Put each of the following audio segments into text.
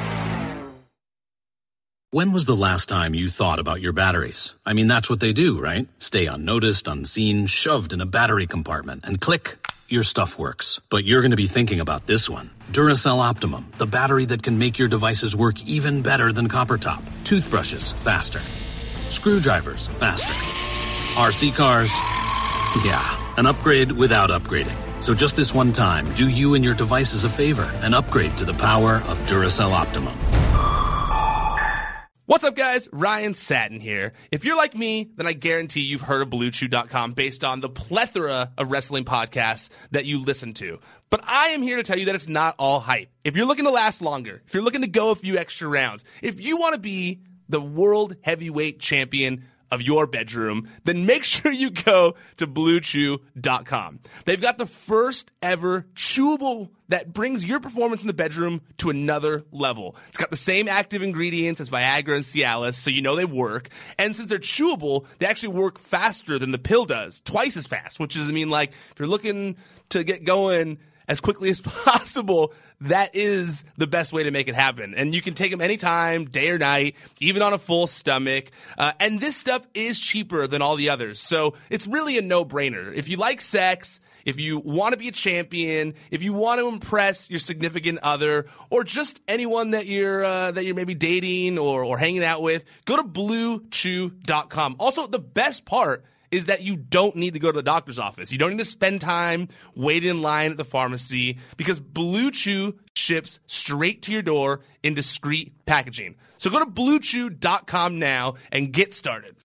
When was the last time you thought about your batteries? I mean, that's what they do, right? Stay unnoticed, unseen, shoved in a battery compartment, and click, your stuff works. But you're going to be thinking about this one. Duracell Optimum, the battery that can make your devices work even better than copper top. Toothbrushes, faster. Screwdrivers, faster. RC cars, yeah, an upgrade without upgrading. So just this one time, do you and your devices a favor and upgrade to the power of Duracell Optimum. What's up, guys? Ryan Satin here. If you're like me, then I guarantee you've heard of BlueChew.com based on the plethora of wrestling podcasts that you listen to. But I am here to tell you that it's not all hype. If you're looking to last longer, if you're looking to go a few extra rounds, if you want to be the world heavyweight champion of your bedroom, then make sure you go to BlueChew.com. They've got the first ever chewable that brings your performance in the bedroom to another level. It's got the same active ingredients as Viagra and Cialis, so you know they work. And since they're chewable, they actually work faster than the pill does, twice as fast, which is, I mean, like, if you're looking to get going as quickly as possible, that is the best way to make it happen. And you can take them anytime, day or night, even on a full stomach. Uh, and this stuff is cheaper than all the others. So it's really a no brainer. If you like sex, if you want to be a champion, if you want to impress your significant other, or just anyone that you're uh, that you're maybe dating or, or hanging out with, go to BlueChew.com. Also, the best part is that you don't need to go to the doctor's office. You don't need to spend time waiting in line at the pharmacy because Blue Chew ships straight to your door in discreet packaging. So go to bluechew.com now and get started.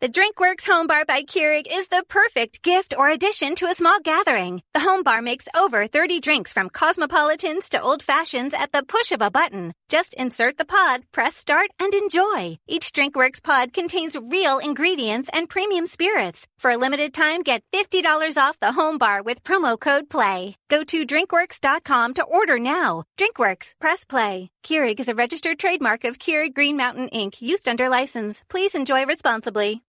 The DrinkWorks Home Bar by Keurig is the perfect gift or addition to a small gathering. The Home Bar makes over 30 drinks from cosmopolitans to old fashions at the push of a button. Just insert the pod, press start, and enjoy. Each DrinkWorks pod contains real ingredients and premium spirits. For a limited time, get $50 off the Home Bar with promo code PLAY. Go to drinkworks.com to order now. DrinkWorks, press play. Keurig is a registered trademark of Keurig Green Mountain Inc., used under license. Please enjoy responsibly.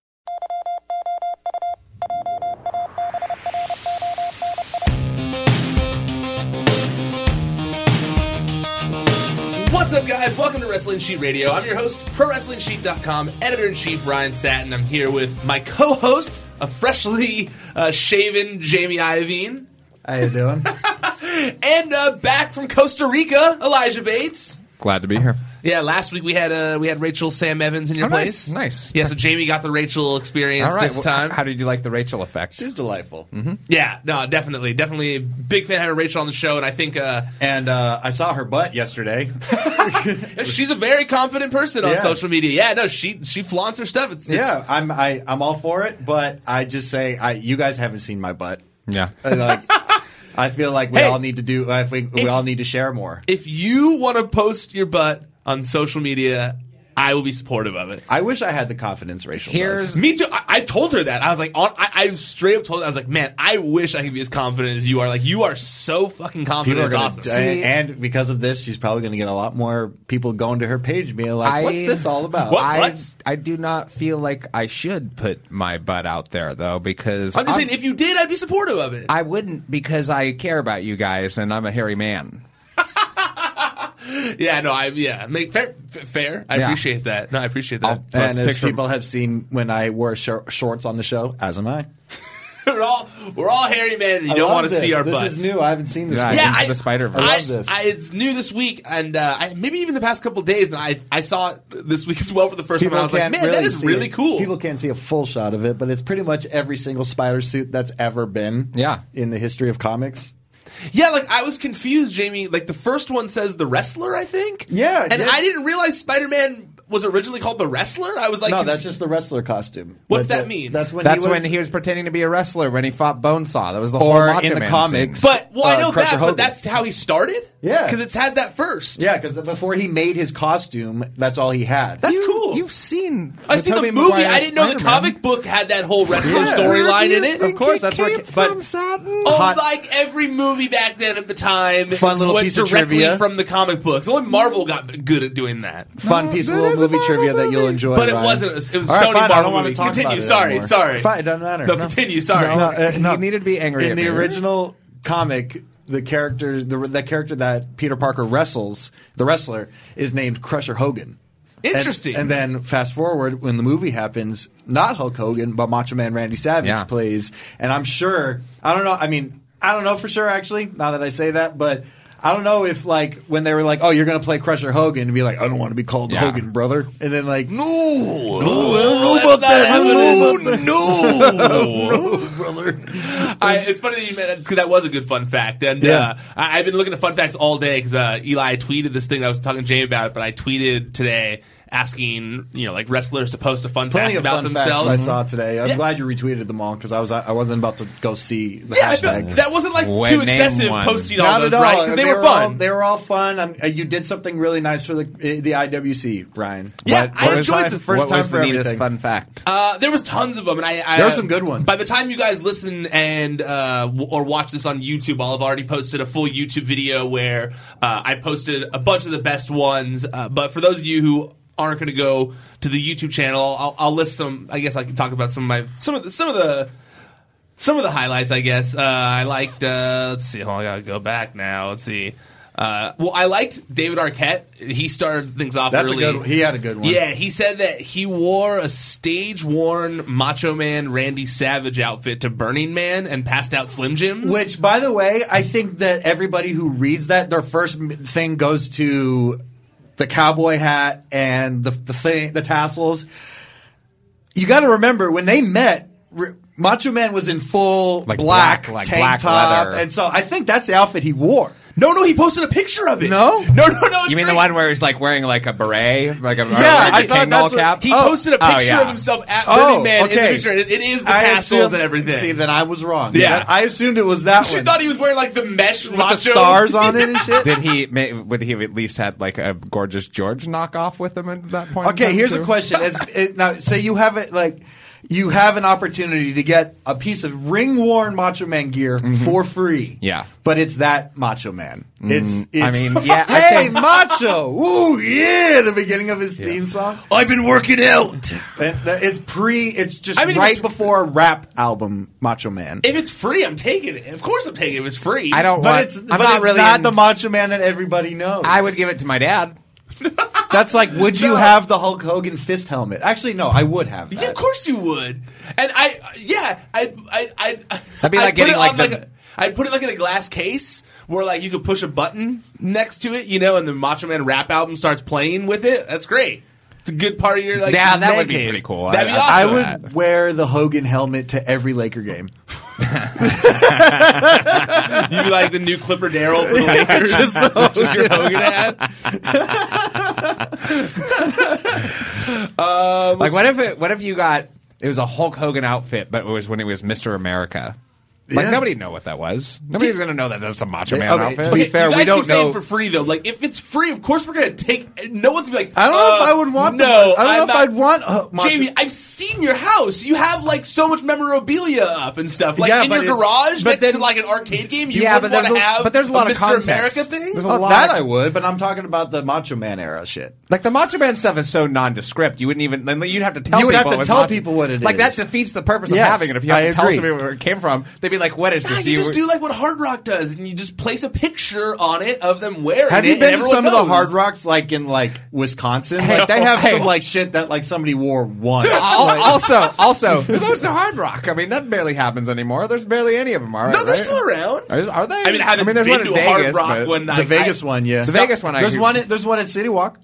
What's up, guys? Welcome to Wrestling Sheet Radio. I'm your host, ProWrestlingSheet.com, editor in chief Ryan Satin. I'm here with my co host, a freshly uh, shaven Jamie Iovine. How you doing? and uh, back from Costa Rica, Elijah Bates. Glad to be here. Yeah, last week we had uh, we had Rachel Sam Evans in your Oh, nice, place. nice. Yeah, so Jamie got the Rachel experience this well, time. How did you like the Rachel effect? She's delightful. Mm-hmm. Yeah, no, definitely, definitely a big fan of having Rachel on the show, and I think uh, and uh, I saw her butt yesterday. she's a very confident person on Yeah. social media. Yeah, no, she she flaunts her stuff. It's, it's- yeah, I'm I, I'm all for it, but I just say I you guys haven't seen my butt. Yeah. And, like, I feel like we Hey. all need to do. I think we all need to share more. if you want to post your butt on social media, I will be supportive of it. I wish I had the confidence Rachel does. me too. I, I've told her that. I was like, on, I, I straight up told her, I was like, man, I wish I could be as confident as you are. Like, you are so fucking confident. People are It's gonna, awesome. and- and because of this, she's probably going to get a lot more people going to her page, being like, "What's I- this all about?" I, I do not feel like I should put my butt out there though because I'm just I'm- saying, if you did, I'd be supportive of it. I wouldn't because I care about you guys and I'm a hairy man. Yeah, no, I yeah, make fair, f- fair. I Yeah. appreciate that. No, I appreciate that. and as Oh, people have seen when I wore shor- shorts on the show, as am I. we're all we're all hairy men, and you I don't love want to this. see our This butts. is new. I haven't seen this. Yeah, before. Into the Spider-Verse. I, I love this. I, it's new this week, and uh, I, maybe even the past couple days, and I I saw it this week as well for the first time. I was like, can't man, that is see really it. cool. People can't see a full shot of it, but it's pretty much every single spider suit that's ever been. Yeah. in the history of comics. Yeah, like I was confused, Jamie. Like the first one says the wrestler, I think. Yeah, and yeah. I didn't realize Spider Man was originally called the wrestler. I was like, no, conf- that's just the wrestler costume. What's But that the- mean? That's when That's he was, when he was pretending to be a wrestler when he fought Bonesaw. That was the Or whole Macho in the Man comics. scene. but well, I uh, know Crusher that, Hogan. but that's how he started. Yeah. because it has that first. yeah, because before he made his costume, that's all he had. That's cool. You've seen I've seen the movie. I didn't know the comic book had that whole wrestling Yeah. storyline in it. Of course, that's where. But Oh, Hot- like every movie back then at the time Fun little went piece of directly trivia. from the comic books. Only Marvel got good at doing that. fun piece of little movie trivia that you'll enjoy. But it Ryan. wasn't. It was All right, Sony fine, I don't Marvel wanna movie. talk Continue. about it Sorry. anymore. Sorry. Fine, it doesn't matter. No, continue. Sorry. No, uh, no. He needed to be angry in at the me. original comic the character the, the character that peter parker wrestles the wrestler is named crusher hogan And- Interesting. and, then fast forward when the movie happens not hulk hogan but macho man randy savage Yeah. plays and i'm sure i don't know i mean i don't know for sure actually now that i say that but I don't know if like when they were like, "Oh, you're gonna play Crusher Hogan," and be like, "I don't want to be called Yeah. Hogan, brother," and then like, "No, no, about that. I don't know about that." no, brother." I, it's funny that you meant because that was a good fun fact, and Yeah. uh, I, I've been looking at fun facts all day because uh, Eli tweeted this thing. I was talking to Jamie about it, but I tweeted today asking you know like wrestlers to post a fun Plenty fact of about fun themselves. facts I saw today. I'm Yeah. glad you retweeted them all because I was I wasn't about to go see the Yeah, I hashtag. felt- that wasn't like When too name excessive one. posting all those, right? Because they, were, All, fun. they were all fun. I'm, uh, you did something really nice for the uh, the IWC, Brian. Yeah, I was enjoyed my some- first what time was for the neatest everything. fun fact? Uh, there was tons of them, and I, I There were some good ones. By the time you guys listen and uh, w- or watch this on YouTube, I'll have already posted a full YouTube video where uh, I posted a bunch of the best ones. Uh, but for those of you who aren't going to go to the YouTube channel, I'll, I'll list some. I guess I can talk about some of my some of the, some of the some of the highlights, I guess. Uh, I liked. Uh, let's see. Hold on, I gotta go back now. Let's see. Uh, well, I liked David Arquette. He started things off. That's a early. good- he had a good one. Yeah, he said that he wore a stage-worn Macho Man Randy Savage outfit to Burning Man and passed out Slim Jims. Which, by the way, I think that everybody who reads that, their first m- thing goes to the cowboy hat and the the thing, the tassels. You got to remember when they met. R- Macho Man was in full Like black, black- like tank black top, leather. and so I think that's the outfit he wore. No, no, he posted a picture of it. No, no, no, no. You mean the one where he's like wearing like a beret, like a yeah, I thought all that's what- Oh, cap? Oh, he posted a picture of himself at Burning Man in the picture. It- it is the tassels Oh, assumed- and everything. See, then I was wrong. Yeah. That- I assumed it was that She one. thought he was wearing like the mesh With the stars on it and shit? Did he? ma- Would he have at least had like a gorgeous George knockoff with him at that point? in Okay, time, here's a too? question. As it, now, say you have it like you have an opportunity to get a piece of ring worn Macho Man gear for free. Mm-hmm. Yeah. but it's that Macho Man. It's, Mm, it's I mean, yeah, I hey think- Macho, ooh yeah, the beginning of his theme song. I've been working out. it's pre. It's just I mean, if right it's- before a rap album, Macho Man. If it's free, I'm taking it. Of course, I'm taking it. If it's free. but It's, but it's not the Macho Man that everybody knows. I would give it to my dad. That's like, would you have the Hulk Hogan fist helmet? Actually, no, I would have. That. Yeah, of course you would. And I, yeah, I, I, I. That'd be I'd like put getting it like on, the- a- I'd put it like in a glass case where like you could push a button next to it, you know, and the Macho Man rap album starts playing with it. That's great. It's a good part of your like. Yeah, that would man be cave. pretty cool. That'd be I awesome. would wear the Hogan helmet to every Laker game. You'd be like the new Clipper Daryl for the Lakers. just the Just your Hogan. Hogan ad. Um, like what if it? What if you got? It was a Hulk Hogan outfit, but it was when it was Mister America. Like Yeah. nobody knew what that was. Nobody's gonna know that that's a Macho Man okay, outfit. to be Okay, fair, You guys keep saying for free though. Like if it's free, of course we're gonna take. No one's gonna be like. I don't know if uh, I would want. No, the, I don't I'm know if not- I'd want. Uh, Macho- Jamie, I've seen your house. You have like so much memorabilia up and stuff, like Yeah, in but your it's- garage but next then- to like an arcade game. You Yeah, would but want there's to a- have, but there's a lot of Mr. context. America thing. There's a Oh, lot that of- I would, but I'm talking about the Macho Man era shit. Like the Macho Man stuff is so nondescript. You wouldn't even. then You'd have to tell. You would people have to it was tell Macho- people what it like is. that defeats the purpose Yes, of having it. If you have I to tell agree. somebody where it came from, they'd be like, "What is Nah, this?" Ah, you You- just do like what Hard Rock does, and you just place a picture on it of them wearing Have it. you and been to everyone some of the knows. Hard Rocks, like in like Wisconsin? Hey, like they have hey. some like shit that like somebody wore once. Al- Like- also, also, those to Hard Rock. I mean, that barely happens anymore. There's barely any of them. All right, No, they're right? still around. Are, are they? I mean, I haven't there's been one in to a Hard Vegas, Rock but- one. the Vegas one, yeah, The Vegas one, I There's hear- one. At, there's one at City Walk.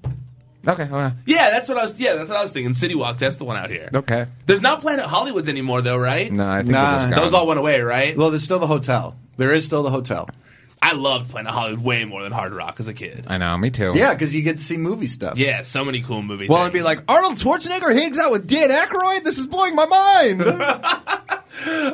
Okay, okay. Yeah, that's what I was. Yeah, that's what I was thinking. City Walk. That's the one out here. Okay. There's not Planet Hollywoods anymore, though, right? No, I think Nah. they're just gone. those all went away, right? Well, there's still the hotel. There is still the hotel. I loved Planet Hollywood way more than Hard Rock as a kid. I know, me too. Yeah, because you get to see movie stuff. Yeah, so many cool movies. Well, it'd be like Arnold Schwarzenegger hangs out with Dan Aykroyd. This is blowing my mind.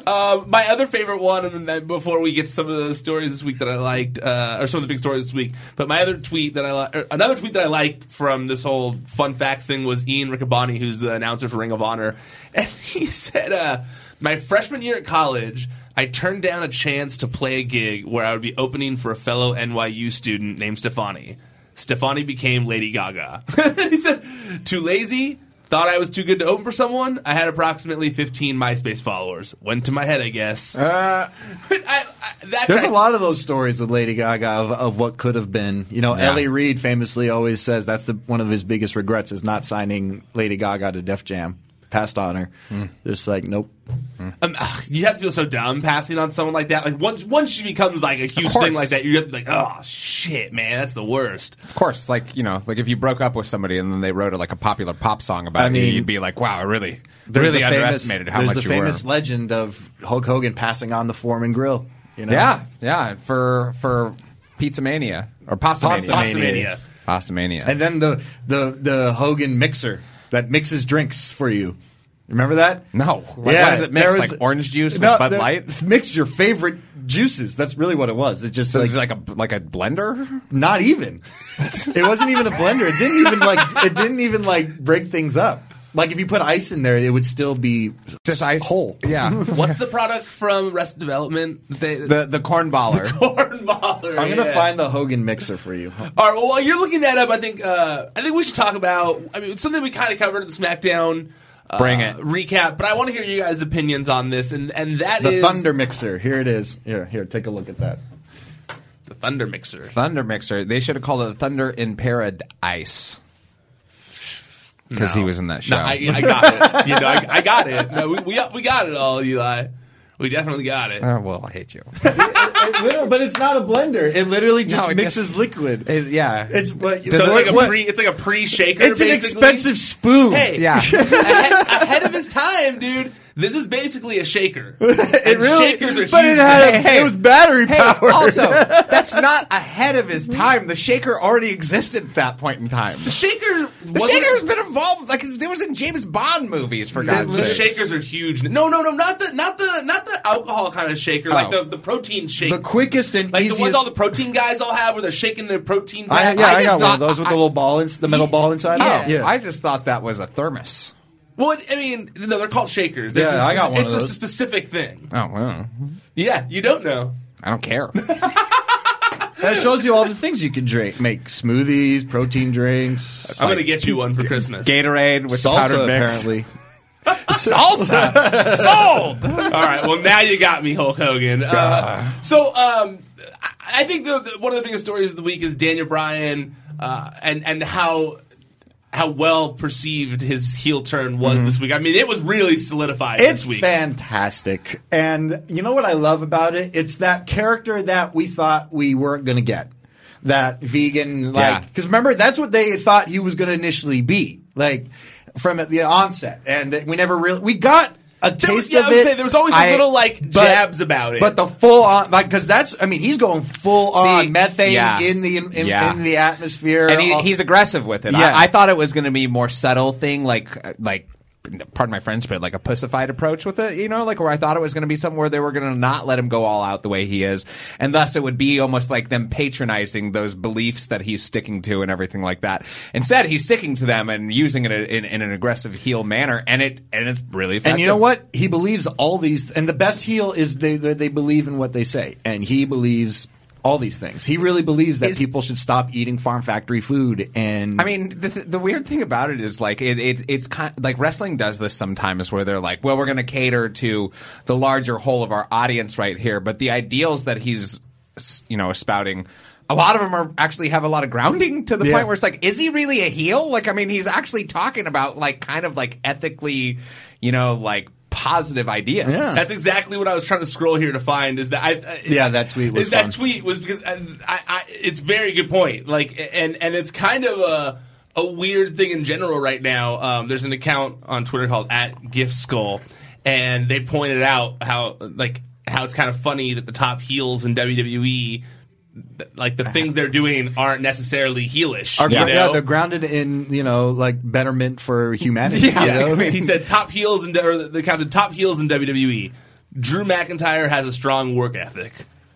Um, my other favorite one, and then before we get to some of the stories this week that I liked, uh, or some of the big stories this week, but my other tweet that I li- or another tweet that I liked from this whole fun facts thing was Ian Riccaboni, who's the announcer for Ring of Honor, and he said, uh, "My freshman year at college." I turned down a chance to play a gig where I would be opening for a fellow NYU student named Stefani. Stefani became Lady Gaga. he said, Too lazy, Thought I was too good to open for someone. I had approximately 15 MySpace followers. Went to my head, I guess. Uh, That There's guy- a lot of those stories with Lady Gaga of, of what could have been. You know, Yeah. Ellie Reed famously always says that's the, one of his biggest regrets is not signing Lady Gaga to Def Jam. Passed on her. Just like, nope. um, ugh, you have to feel so dumb passing on someone like that. Like once, once she becomes like a huge course. thing like that, you're gonna be like, oh shit, man, that's the worst. of course, like you know, like if you broke up with somebody and then they wrote like a popular pop song about I you, mean, you'd be like, "Wow, I really, There's really the famous- underestimated how There's much the you famous were." legend of Hulk Hogan passing on the Foreman Grill. You know? Yeah, yeah. For for Pizza Mania or Pasta Pastamania. Mania. Pasta Mania. And then the, the, the Hogan mixer that mixes drinks for you. Remember that? No. Like, yeah, what does it mix? there like orange juice with No, Bud the- Light? Mix your favorite juices. That's really what it was. It just So like, it's like a like a blender? not even. it wasn't even a blender. It didn't even like it didn't even like break things up. Like if you put ice in there, it would still be Just ice whole. Yeah. What's the product from Rest Development? They, the the corn baller. corn baller. I'm gonna yeah. find the Hogan mixer for you. All right. Well, while you're looking that up, I think uh, I think we should talk about. I mean, it's something we kind of covered in the SmackDown. Uh, Bring it. recap, but I want to hear you guys' opinions on this, and and that The is- Thunder mixer. Here it is. Here, here. Take a look at that. the Thunder Mixer. Thunder mixer. They should have called it a Thunder in Paradise. Because he was in that show. No, I, I got it. You know, I, I got it. No, we, we we got it all, Eli. We definitely got it. Oh, well, I hate you. It literally- but it's not a blender. It literally just No, it mixes just- liquid. It- yeah. it's but So it's like a what- pre, it's like a pre-shaker. it's an basically. expensive spoon. Hey, Yeah. ahead, ahead of his time, dude. This is basically a shaker. it really. shakers are but huge it had a, now. it was battery hey, powered. also, that's That's not ahead of his time. The Shaker already existed at that point in time. The Shaker, the Shaker's been involved. Like it was in James Bond movies for The, God's the sake. shakers are huge. No, no, no, not the not the not the alcohol kind of shaker, like Oh. the, the protein shake. The quickest and like easiest. the ones all the protein guys all have, where they're shaking their protein. I, pack. yeah, I, just got one of thought- those with the little ball, in, the metal ball inside. Oh, Yeah. I just thought that was a thermos. Well, it- I mean, no, they're called shakers. There's Yeah, a- I got one It's of a those. specific thing. Oh wow. Yeah, you don't know. I don't care. That shows you all the things you can drink: make smoothies, protein drinks. I'm gonna get you one for Christmas. Gatorade with salsa, powdered mix. apparently. Salsa sold. All right. Well, now you got me, Hulk Hogan. Uh, so, um, I- I think the, the, one of the biggest stories of the week is Daniel Bryan uh, and and how how well perceived his heel turn was Mm-hmm. this week. I mean, it was really solidified It's this week. fantastic. And you know what I love about it? It's that character that we thought we weren't going to get. That vegan, Yeah. like, because remember, that's what they thought he was going to initially be, like, from the onset. And we never really, we got a taste was- yeah, of I would it. say there was always a little, like, jabs about it. But the full on, like, because that's, I mean, he's going full on methane yeah. in the in, in, Yeah. in the atmosphere. and he, All- he's aggressive with it. Yeah. I, I thought it was going to be more subtle thing, like uh, like pardon my French, but like a pussified approach with it. You know, like where I thought it was going to be somewhere they were going to not let him go all out the way he is, and thus it would be almost like them patronizing those beliefs that he's sticking to and everything like that. Instead, he's sticking to them and using it in, in an aggressive heel manner, and it and it's really effective. And you know what? He believes all these, and the best heel is they they they believe in what they say, and he believes all these things. He really believes that people should stop eating farm factory food. And I mean, the, th- the weird thing about it is like it, it it's kind like wrestling does this sometimes, where they're like, "Well, we're going to cater to the larger whole of our audience right here," but the ideals that he's s- you know spouting. A lot of them are actually have a lot of grounding to the Yeah. point where it's like, is he really a heel? Like, I mean, he's actually talking about like kind of like ethically, you know, like positive ideas. That's exactly what I was trying to scroll here to find. Is that I? I Yeah, that tweet was is that fun. tweet was because I, I, I, it's very good point. Like, and and it's kind of a a weird thing in general right now. Um, there's an account on Twitter called at Gift Skull, and they pointed out how like how it's kind of funny that the top heels in WWE. th- Like the things they're doing aren't necessarily heelish. Are- you know? yeah, they're grounded in you know like betterment for humanity. Yeah, you know? I mean, he said top heels in or the counted top heels in WWE. Drew McIntyre has a strong work ethic.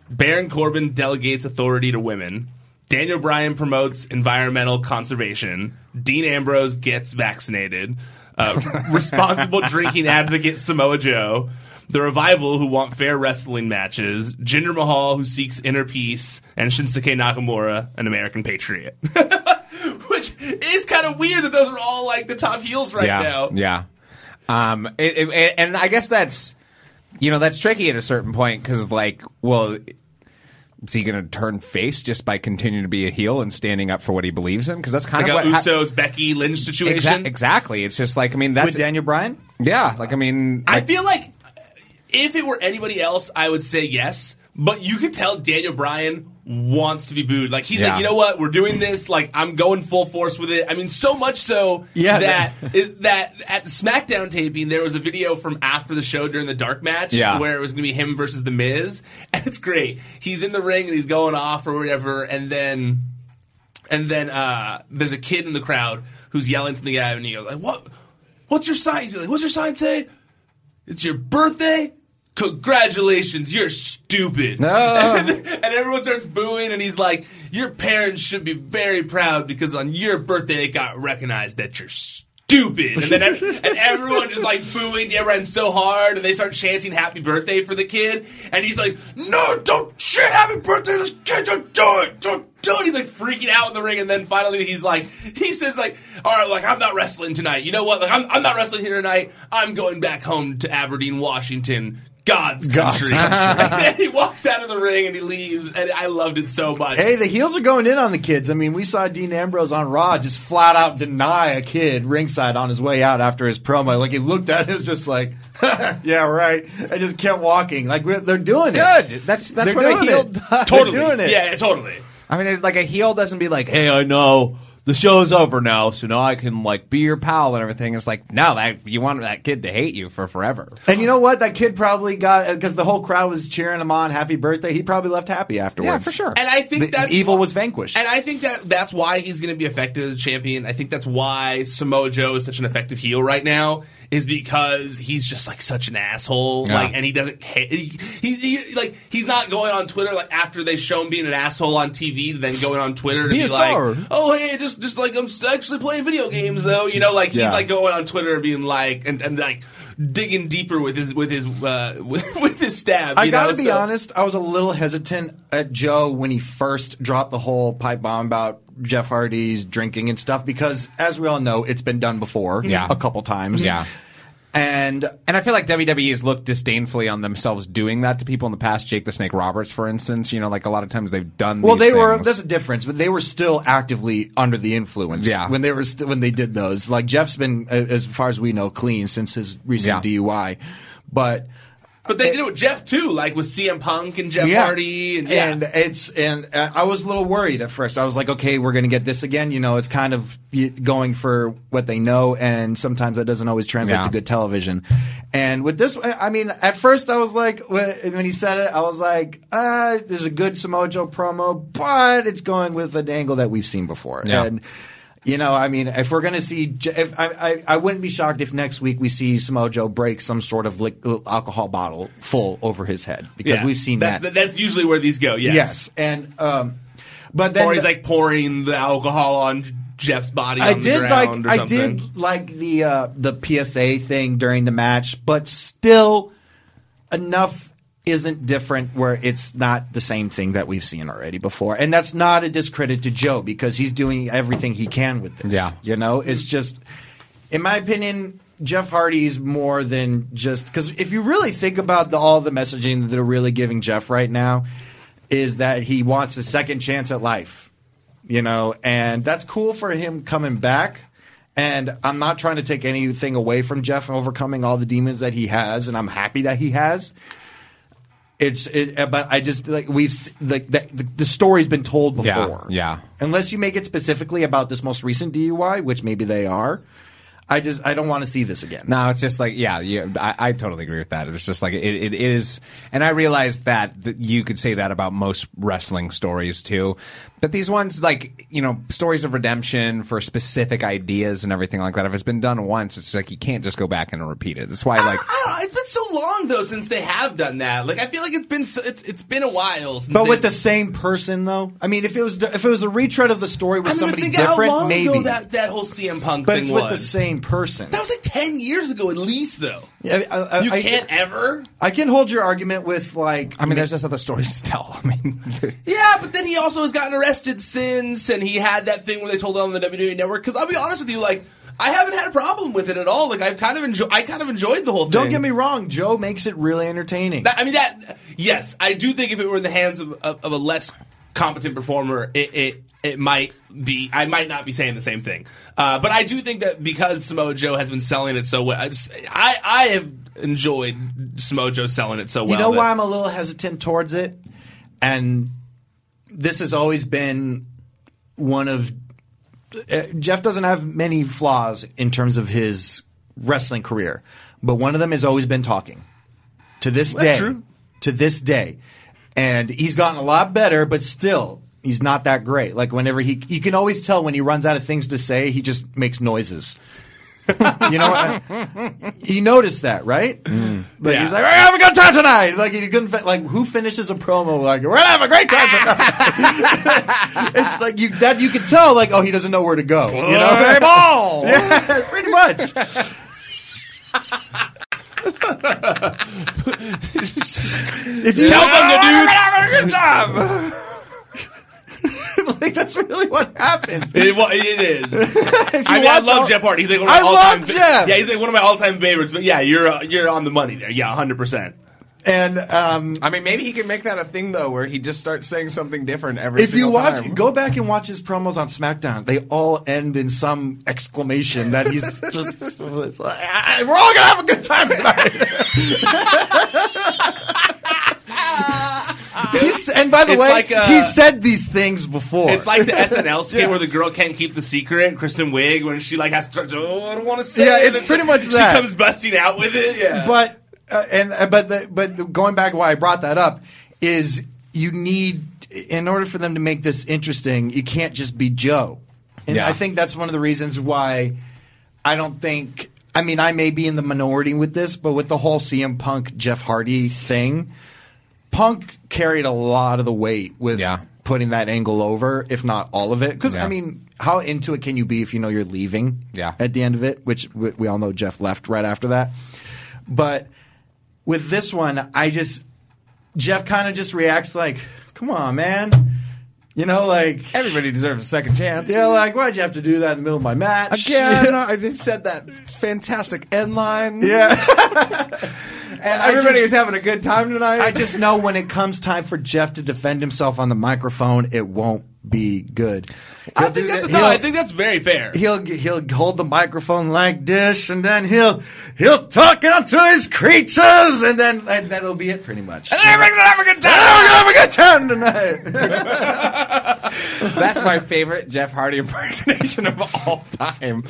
Baron Corbin delegates authority to women. Daniel Bryan promotes environmental conservation. Dean Ambrose gets vaccinated. Uh, responsible drinking advocate Samoa Joe. The Revival, who want fair wrestling matches. Jinder Mahal, who seeks inner peace. And Shinsuke Nakamura, an American patriot. Which is kind of weird that those are all like the top heels right yeah, now. Yeah. Um, it, it- it- and I guess that's, you know, that's tricky at a certain point because, like, well, is he going to turn face just by continuing to be a heel and standing up for what he believes in? Because that's kind Like of a what hap- Usos, Becky Lynch Exa- situation. exactly. It's just like I mean, that's With Daniel Bryan. Yeah, like I mean, I feel like if it were anybody else, I would say yes. But you could tell Daniel Bryan wants to be booed. Like he's Yeah. like, you know what, we're doing this. Like I'm going full force with it. I mean, so much so Yeah, that is, that at the SmackDown taping, there was a video from after the show during the dark match Yeah. where it was going to be him versus the Miz, and it's great. He's in the ring and he's going off or whatever, and then and then uh, there's a kid in the crowd who's yelling something at him, and he goes like, "What? What's your sign?" He's like, "What's your sign say? It's your birthday." Congratulations, you're stupid. And, everyone starts booing, and he's like, Your parents should be very proud because on your birthday it got recognized that you're stupid. And then ev- and everyone just like booing Dan Ryan so hard, and they start chanting happy birthday for the kid. And he's like, No, don't chant happy birthday to this kid, don't do it, don't do it. He's like freaking out in the ring, and then finally he's like, He says, like, All right, like, I'm not wrestling tonight. You know what? Like, I'm, I'm not wrestling here tonight. I'm going back home to Aberdeen, Washington. God's God's country. country. and then he walks out of the ring and he leaves, and I loved it so much. Hey, the heels are going in on the kids. I mean, we saw Dean Ambrose on Raw just flat out deny a kid ringside on his way out after his promo. Like he looked at it, it was just like, yeah, right. I just kept walking. Like we're, they're doing it. Good. That's that's They're what a doing heel it. does. Totally. They're doing it. Yeah, totally. I mean, it, like a heel doesn't be like, "Hey, I know the show's over now, so now I can like be your pal and everything. It's like no, that you want that kid to hate you for forever. And you know what? That kid probably got because the whole crowd was cheering him on, "Happy birthday." He probably left happy afterwards. for sure. And I think The that's evil was vanquished. And I think that that's why he's going to be effective as a champion. I think that's why Samoa Joe is such an effective heel right now is because he's just like such an asshole. Yeah. Like, and he doesn't care. He, he, he- like he's not going on Twitter like after they show him being an asshole on TV, to then going on Twitter to Be be, a like, star. oh hey, just just like I'm st- actually playing video games though. You know, like he's Yeah. like going on Twitter and being like and, and like digging deeper with his with his uh, with, with his stab. I you gotta know? be So- honest. I was a little hesitant at Joe when he first dropped the whole pipe bomb about Jeff Hardy's drinking and stuff because, as we all know, it's been done before, Yeah. a couple times, Yeah. And and I feel like WWE has looked disdainfully on themselves doing that to people in the past. Jake the Snake Roberts, for instance, you know, like a lot of times they've done. Well, these they were. things. There's a difference, but they were still actively under the influence. Yeah. when they were st- when they did those. Like Jeff's been, a- as far as we know, clean since his recent DUI. But But they did it with Jeff too, like with CM Punk and Jeff yeah. Hardy, and, yeah. it's and uh, I was a little worried at first. I was like, okay, we're gonna get this again. You know, it's kind of y- going for what they know, and sometimes that doesn't always translate Yeah. to good television. And with this, I I mean, at first I was like, wh- when he said it, I was like, uh, there's a good Samoa Joe promo, but it's going with an angle that we've seen before. Yeah. And you know, I mean, if we're gonna see, J- if I, I, I wouldn't be shocked if next week we see Samoa Joe break some sort of lic- alcohol bottle full over his head because Yeah. we've seen that's, that. That's usually where these go. Yes. and um, but then or he's like pouring the alcohol on Jeff's body. I on the did ground like or I something. did like the uh, the PSA thing during the match, but still enough isn't different where it's not the same thing that we've seen already before, and that's not a discredit to Joe because he's doing everything he can with this. Yeah. you know, it's just in my opinion. Jeff Hardy's more than just because if you really think about the, all the messaging that they're really giving Jeff right now, is that he wants a second chance at life you know, and that's cool for him coming back. And I'm not trying to take anything away from Jeff and overcoming all the demons that he has, and I'm happy that he has. It's, it, uh, but I just like we've s- like the, the, the story's been told Yeah, before. yeah. Unless you make it specifically about this most recent DUI, which maybe they are. I just I don't want to see this again. No, it's just like yeah, you, I, I totally agree with that. It's just like it, it is, and I realize that, that you could say that about most wrestling stories too, but these ones like you know stories of redemption for specific ideas and everything like that. If it's been done once, it's like you can't just go back and repeat it. That's why like. I don't know. It's been so long though since they have done that. Like I feel like it's been so, it's it's been a while. Since But they- with the same person though, I mean, if it was if it was a retread of the story with I mean, somebody think different, how long maybe. ago that that whole CM Punk but thing it's with was. the same person. That was like ten years ago at least though. I- I- I- you Uh, I- can't ever. I can hold your argument with like. I mean, there's just other stories to tell. I mean, Yeah, but then he also has gotten arrested since, and he had that thing where they told on the WWE network. Because I'll be honest with you, like I haven't had a problem with it at all. Like I've kind of enjoyed, I kind of enjoyed the whole thing. Don't get me wrong, Joe makes it really entertaining. That- I mean, that yes, I do think if it were in the hands of, of, of a less competent performer, it. it it might be. I might not be saying the same thing, uh, but I do think that because Samoa Joe has been selling it so well, I just- I, I have enjoyed Samoa Joe selling it so well. you know that- why I'm a little hesitant towards it, and this has always been one of uh, Jeff doesn't have many flaws in terms of his wrestling career, but one of them has always been talking. To this That's day, true. to this day, and he's gotten a lot better, but still. He's not that great. Like whenever he, you can always tell when he runs out of things to say, he just makes noises. you know, what I- you noticed that, right? Mm. Like he's like, "I have a good time tonight." Like he couldn't, fi- like who finishes a promo like, "We're gonna have a great time." tonight." it's like you that you could tell, like, oh, he doesn't know where to go. You know, Play ball! yeah, pretty much. if you Tell them to do- like that's really what happens. It, wa- it is. If I you mean, I watch love all- Jeff Hardy. He's like one of I my all-time love fa- Jeff. Yeah, he's like one of my all-time favorites. But yeah, you're uh, you're on the money there. Yeah, 100. percent And um, I mean, maybe he can make that a thing though, where he just starts saying something different every. if you single watch, time. go back and watch his promos on SmackDown. They all end in some exclamation that he's just. it's like, "Ah, We're all gonna have a good time tonight. He's, and by the It's way, like, uh, he said these things before. It's like the SNL skit Yeah. where the girl can't keep the secret, Kristen Wiig, when she like has to. Oh, I don't want to say. Yeah, it. it's And pretty she- much she that. comes busting out with it. Yeah, But uh, and uh, but the, but the- going back, why I brought that up is you need in order for them to make this interesting, you can't just be Joe. And Yeah. I think that's one of the reasons why I don't think. I mean, I may be in the minority with this, but with the whole CM Punk Jeff Hardy thing, Punk carried a lot of the weight with putting that angle over, if not all of it. Because Yeah. I mean, how into it can you be if you know you're leaving? Yeah. At the end of it, which we, we all know Jeff left right after that, but with this one, I just Jeff kind of just reacts like, "Come on, man." You know, like everybody deserves a second chance. Yeah, like why'd you have to do that in the middle of my match Again, I said that fantastic end line. Yeah, and Everybody was having a good time tonight. I just know when it comes time for Jeff to defend himself on the microphone, it won't be good. I think that's no. I think that's very fair. He'll he'll hold the microphone like this, and then he'll he'll talk unto his creatures, and then and that'll be it, pretty much. And everyone have a good time. Have a good time tonight. That's my favorite Jeff Hardy impersonation of all time.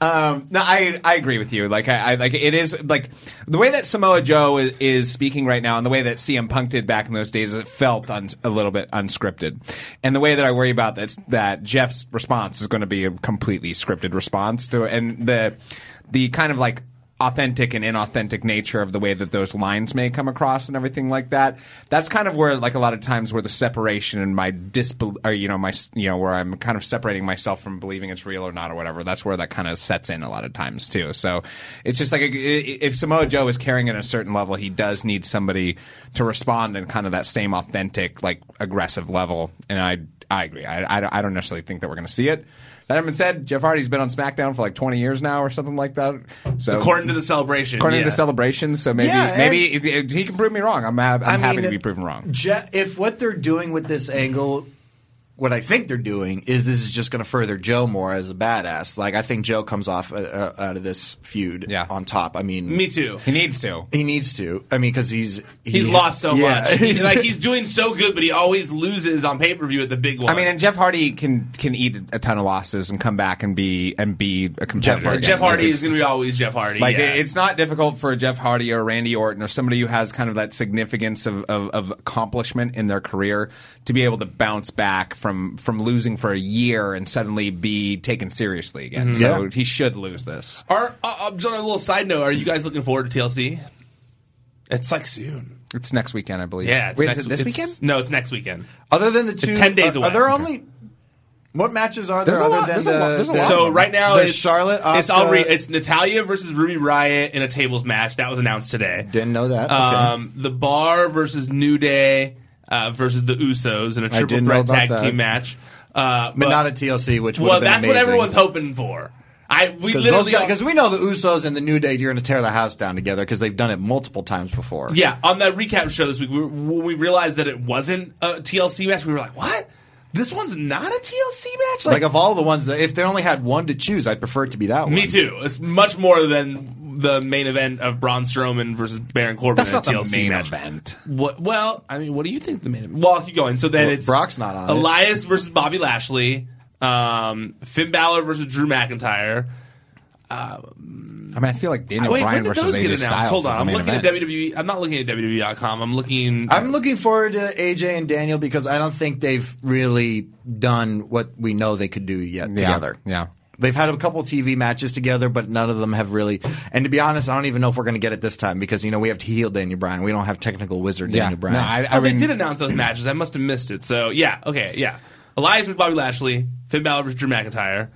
Um, no, I I agree with you. Like I, I like it is like the way that Samoa Joe is, is speaking right now, and the way that CM Punk did back in those days, it felt un, a little bit unscripted. And the way that I worry about that that Jeff's response is going to be a completely scripted response to, it. and the the kind of like authentic and inauthentic nature of the way that those lines may come across and everything like that. That's kind of where like a lot of times where the separation and my disbel or you know my s- you know where I'm kind of separating myself from believing it's real or not or whatever. That's where that kind of sets in a lot of times too. So it's just like i- i- if Samoa Joe is carrying it at a certain level, he does need somebody to respond in kind of that same authentic like aggressive level. And I I agree. I I don't- I don't necessarily think that we're going to see it. That having been said, Jeff Hardy's been on SmackDown for like 20 years now, or something like that. So According to the celebration, according yeah. to the celebration, so maybe Yeah, maybe if- if he can prove me wrong. I'm, ha- I'm I happy mean, to be proven wrong. Je- if what they're doing with this angle, what I think they're doing is this is just going to further Joe more as a badass. Like I think Joe comes off uh, uh, out of this feud on top. I mean, Me too. He needs to. He needs to. I mean, because he's he- He's lost so Yeah. much. He's like he's doing so good, but he always loses on pay per view at the big one. I mean, and Jeff Hardy can can eat a ton of losses and come back and be and be a competitor. Jeff Hardy, again. Jeff Hardy Like, is going to be always Jeff Hardy. Like yeah. it- it's not difficult for Jeff Hardy or Randy Orton or somebody who has kind of that significance of, of, of accomplishment in their career to be able to bounce back from from losing for a year and suddenly be taken seriously again. Mhm. So Yeah. he should lose this. Are uh, uh, just on a little side note, are you guys looking forward to TLC? It's like soon. It's next weekend, I believe. Yeah, it's Wait, next, is it this it's- weekend? No, it's next weekend. Other than the It's two, 10 days are- away. Are there only what matches are there There's a other lot- than there's a lot- the- there's a the- lot. So right now the it's Charlotte. It's all Asuka- re- it's Natalia versus Ruby Riot in a tables match that was announced today. Didn't know that. Okay. Um, The Bar versus New Day uh, versus the Usos in a triple didn't know threat about tag that. team match. Uh, but not a TLC, which well, would've been that's what amazing. everyone's hoping for. I we Because literally all- we know the Usos and the New Day, you're going to tear the house down together because they've done it multiple times before. Yeah, on that recap show this week, we, when we realized that it wasn't a TLC match. We were like, "What? This one's not a TLC match?" Like, of all the ones that, if they only had one to choose, I'd prefer it to be that one. me too. It's much more than the main event of Braun Strowman versus Baron Corbin. That's in a not the TLC main match. event. What? Well, I mean, what do you think the main event? Well, I'll keep going. So then Well, it's Brock's not on it. Elias versus Bobby Lashley, um, Finn Balor versus Drew McIntyre. Uh, Um, I mean, I feel like Daniel wait, Bryan when did versus those AJ get announced? Styles. Hold is on, the I'm main looking event. at WWE. I'm not looking at WWE.com. I'm looking. I'm looking forward to AJ and Daniel because I don't think they've really done what we know they could do yet together. Yeah. They've had a couple TV matches together, but none of them have really. And to be honest, I don't even know if we're going to get it this time because you know we have to heal Daniel Bryan. We don't have technical wizard Daniel Bryan. oh, they did announce those matches. I must have missed it. So yeah, okay, yeah. Elias versus Bobby Lashley, Finn Balor versus Drew McIntyre,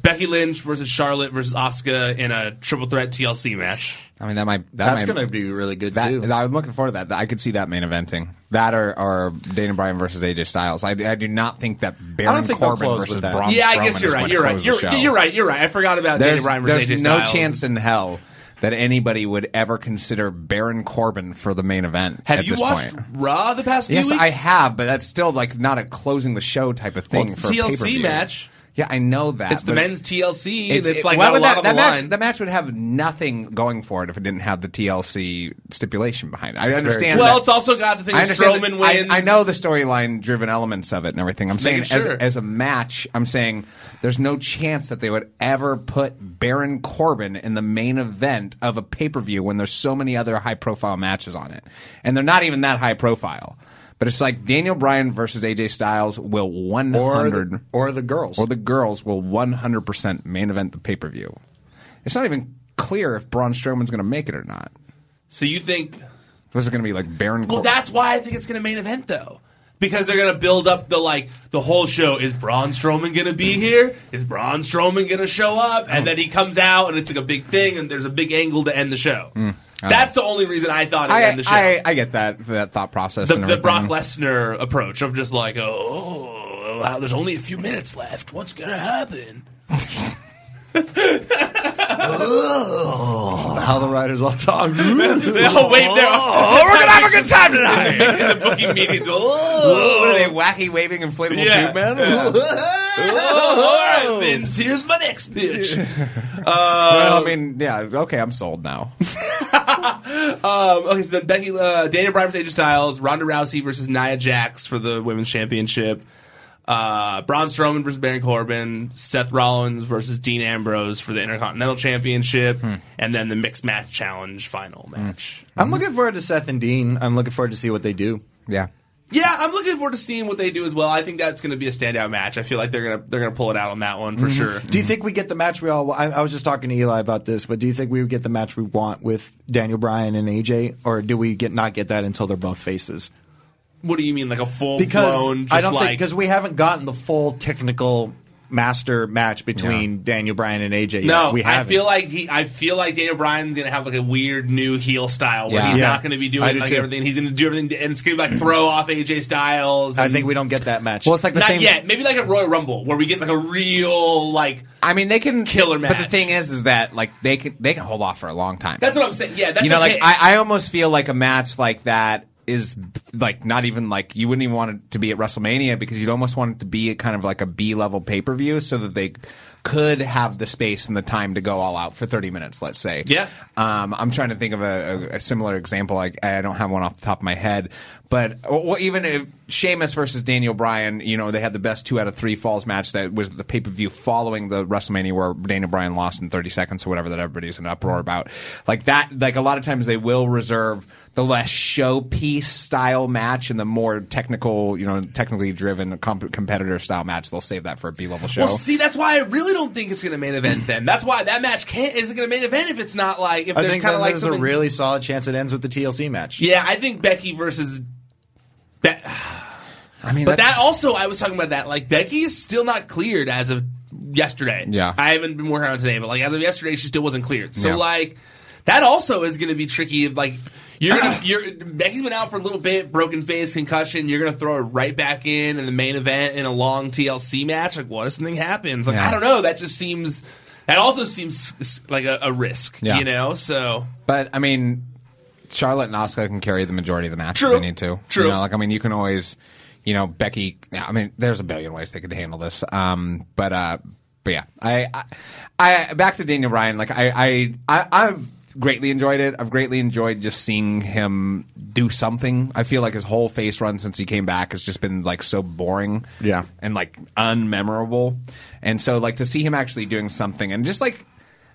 Becky Lynch versus Charlotte versus Asuka in a triple threat TLC match. I mean, that might that That's might, gonna be really good that, I'm looking forward to that. I could see that main eventing that or, or Dana Bryan versus AJ Styles. I, I do not think that Baron think they'll Corbin close versus with that. Braun. Yeah, I Strowman guess you're is right, going to you're right, close the you're- show. you're right, you're right. I forgot about Daniel there's, Bryan versus There's AJ no Styles. chance in hell that anybody would ever consider Baron Corbin for the main event. Have at you this watched Point. Raw the past few Yes, weeks? I have, but that's still like not a closing the show type of thing Well, it's for a a TLC pay-per-view. match. Yeah, I know that. It's the but- men's TLC. It's- It's, it's it- like why not a would lot that, on that the match, line. That match would have nothing going for it if it didn't have the TLC stipulation behind it. I That's very understand. true. Well, that- it's also got the thing I that understand Strowman that- I- wins. I, know the storyline driven elements of it and everything. I'm saying Making as, sure. as a match, I'm saying there's no chance that they would ever put Baron Corbin in the main event of a pay per view when there's so many other high profile matches on it, and they're not even that high profile. But it's like Daniel Bryan versus AJ Styles will 100 or the, girls or the girls will 100% main event the pay per view. It's not even clear if Braun Strowman's going to make it or not. So you think? Was it going to be like Baron? Well, Corbin? that's why I think it's going to main event though. Because they're gonna build up the like the whole show. Is Braun Strowman gonna be here? Is Braun Strowman gonna show up? And then he comes out, and it's like a big thing, and there's a big angle to end the show. Mm, I don't That's the only reason I thought it would I, end the show. I, I get that that thought process. the, and the everything. Brock Lesnar approach of just like, oh, wow, there's only a few minutes left. What's gonna happen? How the writers all talk. They all wave their. Oh, we're gonna have a good time tonight. in the booking meetings, Oh, what are they wacky waving inflatable tube man? oh, all right, Vince. Here's my next pitch. well, I mean, yeah, okay, I'm sold now. Um, okay, so then Becky, uh, Daniel Bryan versus AJ Styles, Ronda Rousey versus Nia Jax for the women's championship, uh, Braun Strowman versus Baron Corbin, Seth Rollins versus Dean Ambrose for the Intercontinental Championship, Hmm. and then the mixed match challenge final match. I'm looking forward to Seth and Dean. I'm looking forward to see what they do. Yeah. Yeah, I'm looking forward to seeing what they do as well. I think that's going to be a standout match. I feel like they're gonna they're gonna pull it out on that one for Mhm. sure. Do you think we get the match we all? I, I was just talking to Eli about this, but do you think we would get the match we want with Daniel Bryan and AJ, or do we get not get that until they're both faces? What do you mean, like a full Because blown? Just I don't think like, because we haven't gotten the full technical master match between Daniel Bryan and AJ. yet. No, we I haven't. feel like he, I feel like Daniel Bryan's gonna have like a weird new heel style where Yeah. he's Yeah. not gonna be I doing do like too. everything. He's gonna do everything, to, and it's gonna like throw off AJ Styles. I and- think we don't get that match. Well, it's like the not same. yet. Maybe like a Royal Rumble where we get like a real like. I mean, they can killer But the match. thing is, is that like they can they can hold off for a long time. That's what I'm saying. Yeah, that's you know, okay. like I, I almost feel like a match like that is like not even like you wouldn't even want it to be at WrestleMania because you'd almost want it to be a kind of like a B level pay per view so that they could have the space and the time to go all out for 30 minutes, let's say. Yeah. Um, I'm trying to think of a, a, a similar example. I, I don't have one off the top of my head, but or, or even if Sheamus versus Daniel Bryan, you know, they had the best two out of three falls match that was the pay per view following the WrestleMania where Daniel Bryan lost in 30 seconds or whatever that everybody's in an uproar about. Like that, like a lot of times they will reserve the less showpiece style match and the more technical, you know, technically driven comp- competitor style match. They'll save that for a B level show. Well, see, that's why I really don't think it's gonna main event. Then that's why that match can't isn't gonna main event if it's not like if I there's think kind that of like there's something- a really solid chance it ends with the TLC match. Yeah, I think Becky versus. Be- I mean, but that's- that also, I was talking about that. Like Becky is still not cleared as of yesterday. Yeah. I haven't been working on it today, but like as of yesterday, she still wasn't cleared. So Yeah. like, that also is going to be tricky. If like you're gonna, you're Becky's been out for a little bit, broken face, concussion. You're going to throw her right back in in the main event in a long TLC match. Like, what if something happens? Like, Yeah. I don't know. That just seems. That also seems s- like a, a risk. Yeah. You know, so. But I mean, Charlotte and Oscar can carry the majority of the match True. if they need to. True. You know, like I mean, you can always, you know, Becky. yeah, I mean, there's a billion ways they could handle this. Um, but uh, but yeah, I, I, I back to Daniel Bryan. Like I, I, I I've greatly enjoyed it. I've greatly enjoyed just seeing him do something. I feel like his whole face run since he came back has just been like so boring. Yeah. And like unmemorable. And so like to see him actually doing something and just like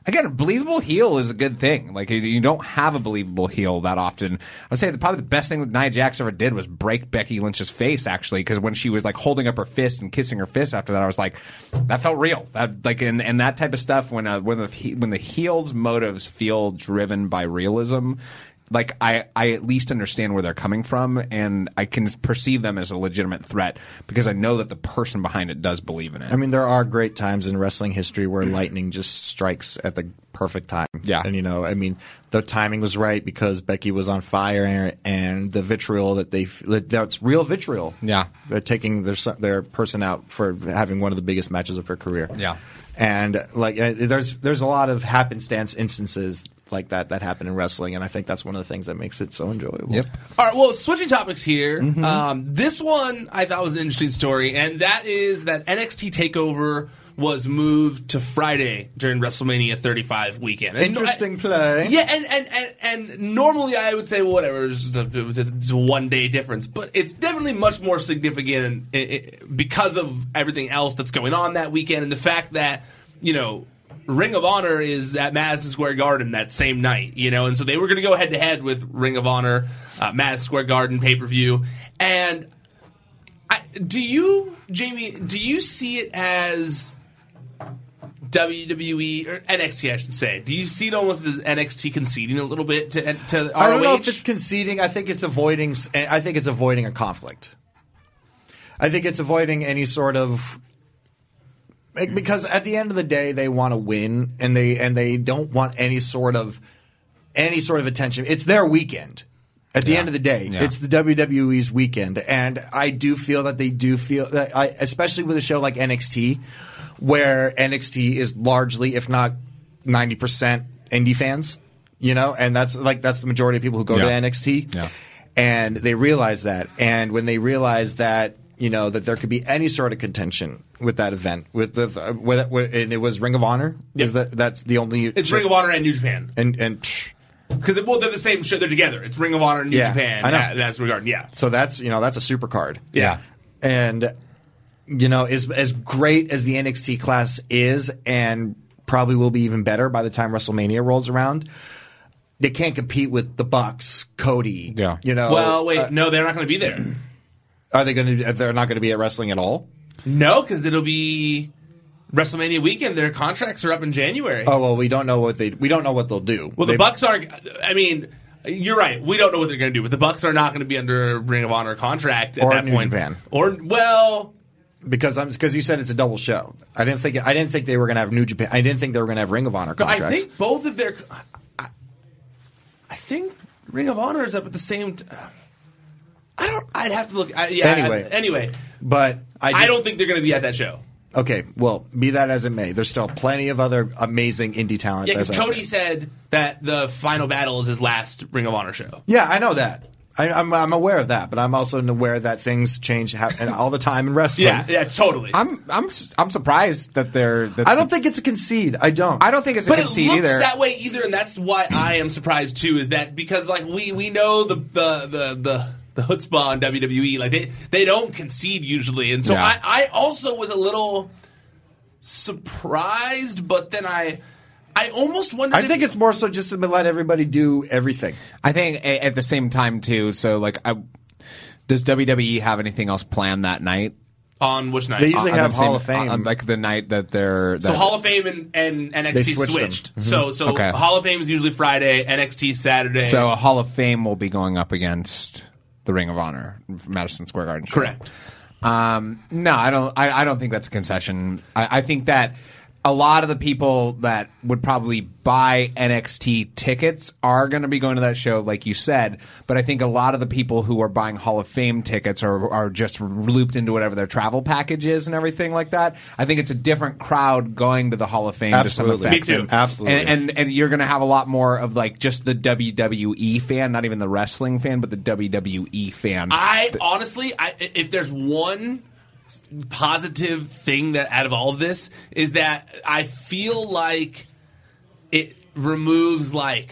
Again, a believable heel is a good thing. Like you- you don't have a believable heel that often. I would say the, probably the best thing that Nia Jax ever did was break Becky Lynch's face. Actually, because when she was like holding up her fist and kissing her fist after that, I was like, that felt real. That like and, and that type of stuff when uh, when the he- when the heel's motives feel driven by realism. Like I, I at least understand where they're coming from, and I can perceive them as a legitimate threat because I know that the person behind it does believe in it. I mean, there are great times in wrestling history where lightning just strikes at the perfect time. Yeah. And, you know, I mean, the timing was right because Becky was on fire and the vitriol that they, that's real vitriol. Yeah. They're taking their, their person out for having one of the biggest matches of her career. Yeah. And, like, uh, there's, there's a lot of happenstance instances like that that happen in wrestling. And I think that's one of the things that makes it so enjoyable. Yep. All right, well, switching topics here. Mm-hmm. Um, this one I thought was an interesting story, and that is that NXT TakeOver was moved to Friday during WrestleMania 35 weekend. And- Interesting play. yeah, and, and, and, and normally I would say well, whatever, it's just a, it's a one day difference, but it's definitely much more significant i- i- because of everything else that's going on that weekend and the fact that you know Ring of Honor is at Madison Square Garden that same night, you know, and so they were going to go head to head with Ring of Honor, uh, Madison Square Garden pay per view, and I, do you, Jamie? Do you see it as WWE or NXT, I should say. Do you see it almost as NXT conceding a little bit to, to ROH? I don't know if it's conceding. I think it's avoiding. s- eh, I think it's avoiding a conflict. I think it's avoiding any sort of like, because at the end of the day they want to win and they and they don't want any sort of any sort of attention. It's their weekend. At the end of the day, Yeah. it's the WWE's weekend, and I do feel that they do feel that, I, especially with a show like NXT, where NXT is largely, if not ninety percent, indie fans. You know, and that's like that's the majority of people who go Yeah. to NXT, Yeah. and they realize that. And when they realize that, you know, that there could be any sort of contention with that event, with with, uh, with, with and it was Ring of Honor. Is that that's the only It's Ring of Honor and New Japan and and psh, because well, they're the same show. They're together. It's Ring of Honor and New Yeah, Japan. I know. That, that's regard. Yeah, So that's you know that's a super card. Yeah. And you know as as great as the NXT class is, and probably will be even better by the time WrestleMania rolls around. They can't compete with the Bucks, Cody. Yeah. You know. Uh, well, wait, no, they're not going to be there. Are they going to? They're not going to be at wrestling at all. No, because it'll be WrestleMania weekend. Their contracts are up in January. Oh well, we don't know what they. We don't know what they'll do. Well, the They- Bucks are. I mean, you're right. We don't know what they're going to do, but the Bucks are not going to be under Ring of Honor contract at or that New point. Japan or well. Because I'm because you said it's a double show. I didn't think I didn't think they were going to have New Japan. I didn't think they were going to have Ring of Honor No, I contracts. think both of their. I, I- I think Ring of Honor is up at the same. T- I don't. I'd have to look. I, yeah. Anyway. I- anyway, but I, I, just, don't think they're going to be at that show. Okay, well, be that as it may, there's still plenty of other amazing indie talent. Yeah, because that's out Cody said that the final battle is his last Ring of Honor show. there. Yeah, I know that. I, I'm, I'm aware of that, but I'm also aware that things change hap- and all the time in wrestling. yeah, totally. I'm I'm s- I'm surprised that they're. That I don't think it's a concede. I don't. I don't think it's a But it looks concede either. that way either, and that's why I am surprised too. Is that because like we we know the the the the. The chutzpah on WWE, like they, they don't concede usually, and so Yeah. I, I also was a little surprised, but then I I almost wondered. I think it's more so just to let everybody do everything. I think a- at the same time too. So like, I, does WWE have anything else planned that night? Uh, on which night On- on the same- on, like the night that they're. So that- Hall of Fame and, and They NXT switched switched. them. Mm-hmm. Mhm. So so Okay. Hall of Fame is usually Friday, NXT Saturday. So a Hall of Fame will be going up against the Ring of Honor, Madison Square Garden. Show. Correct. Um, no, I don't. I, I don't think that's a concession. I, I think that a lot of the people that would probably buy NXT tickets are going to be going to that show, like you said. But I think a lot of the people who are buying Hall of Fame tickets are are just looped into whatever their travel package is and everything like that. I think it's a different crowd going to the Hall of Fame to some Absolutely. Me effect. too. And- Absolutely. and- and and you're going to have a lot more of like just the WWE fan, not even the wrestling fan, but the WWE fan. I honestly, I, if there's one positive thing that out of all of this is that I feel like it removes like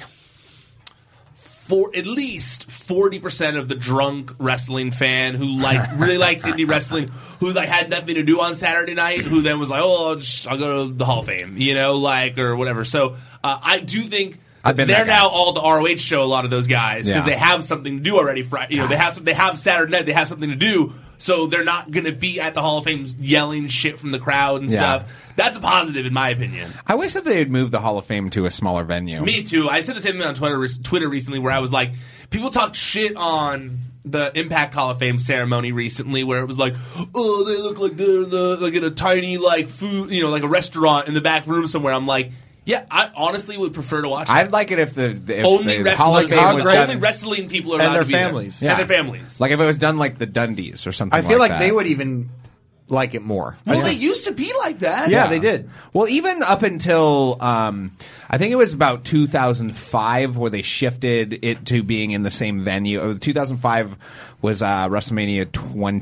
for at least 40% of the drunk wrestling fan who like really likes indie wrestling who like had nothing to do on Saturday night who then was like oh I'll, just, I'll go to the Hall of Fame you know like or whatever so uh, I do think I've been they're that guy. now all the ROH show a lot of those guys because Yeah. they have something to do already Friday you know they have some, they have Saturday night they have something to do so they're not going to be at the Hall of Fame yelling shit from the crowd and Yeah. stuff that's a positive in my opinion I wish that they had moved the Hall of Fame to a smaller venue. me too. I said the same thing on Twitter Twitter recently, where I was like, people talked shit on the Impact Hall of Fame ceremony recently, where it was like, oh, they look like they're the, like in a tiny like food, you know, like a restaurant in the back room somewhere. I'm like, yeah, I honestly would prefer to watch. that. I'd like it if the, the- if only the, the Hall of wrestlers, Fame was only done, wrestling people are And allowed their to be there. families. Yeah. and their families. Like if it was done like the Dundies or something. I feel like, that. they would even like it more. Well, they used to be like that. Yeah, they did. Well, even up until um, I think it was about Uh, 2005 where they shifted it to being in the same venue. Or 2005 was uh, WrestleMania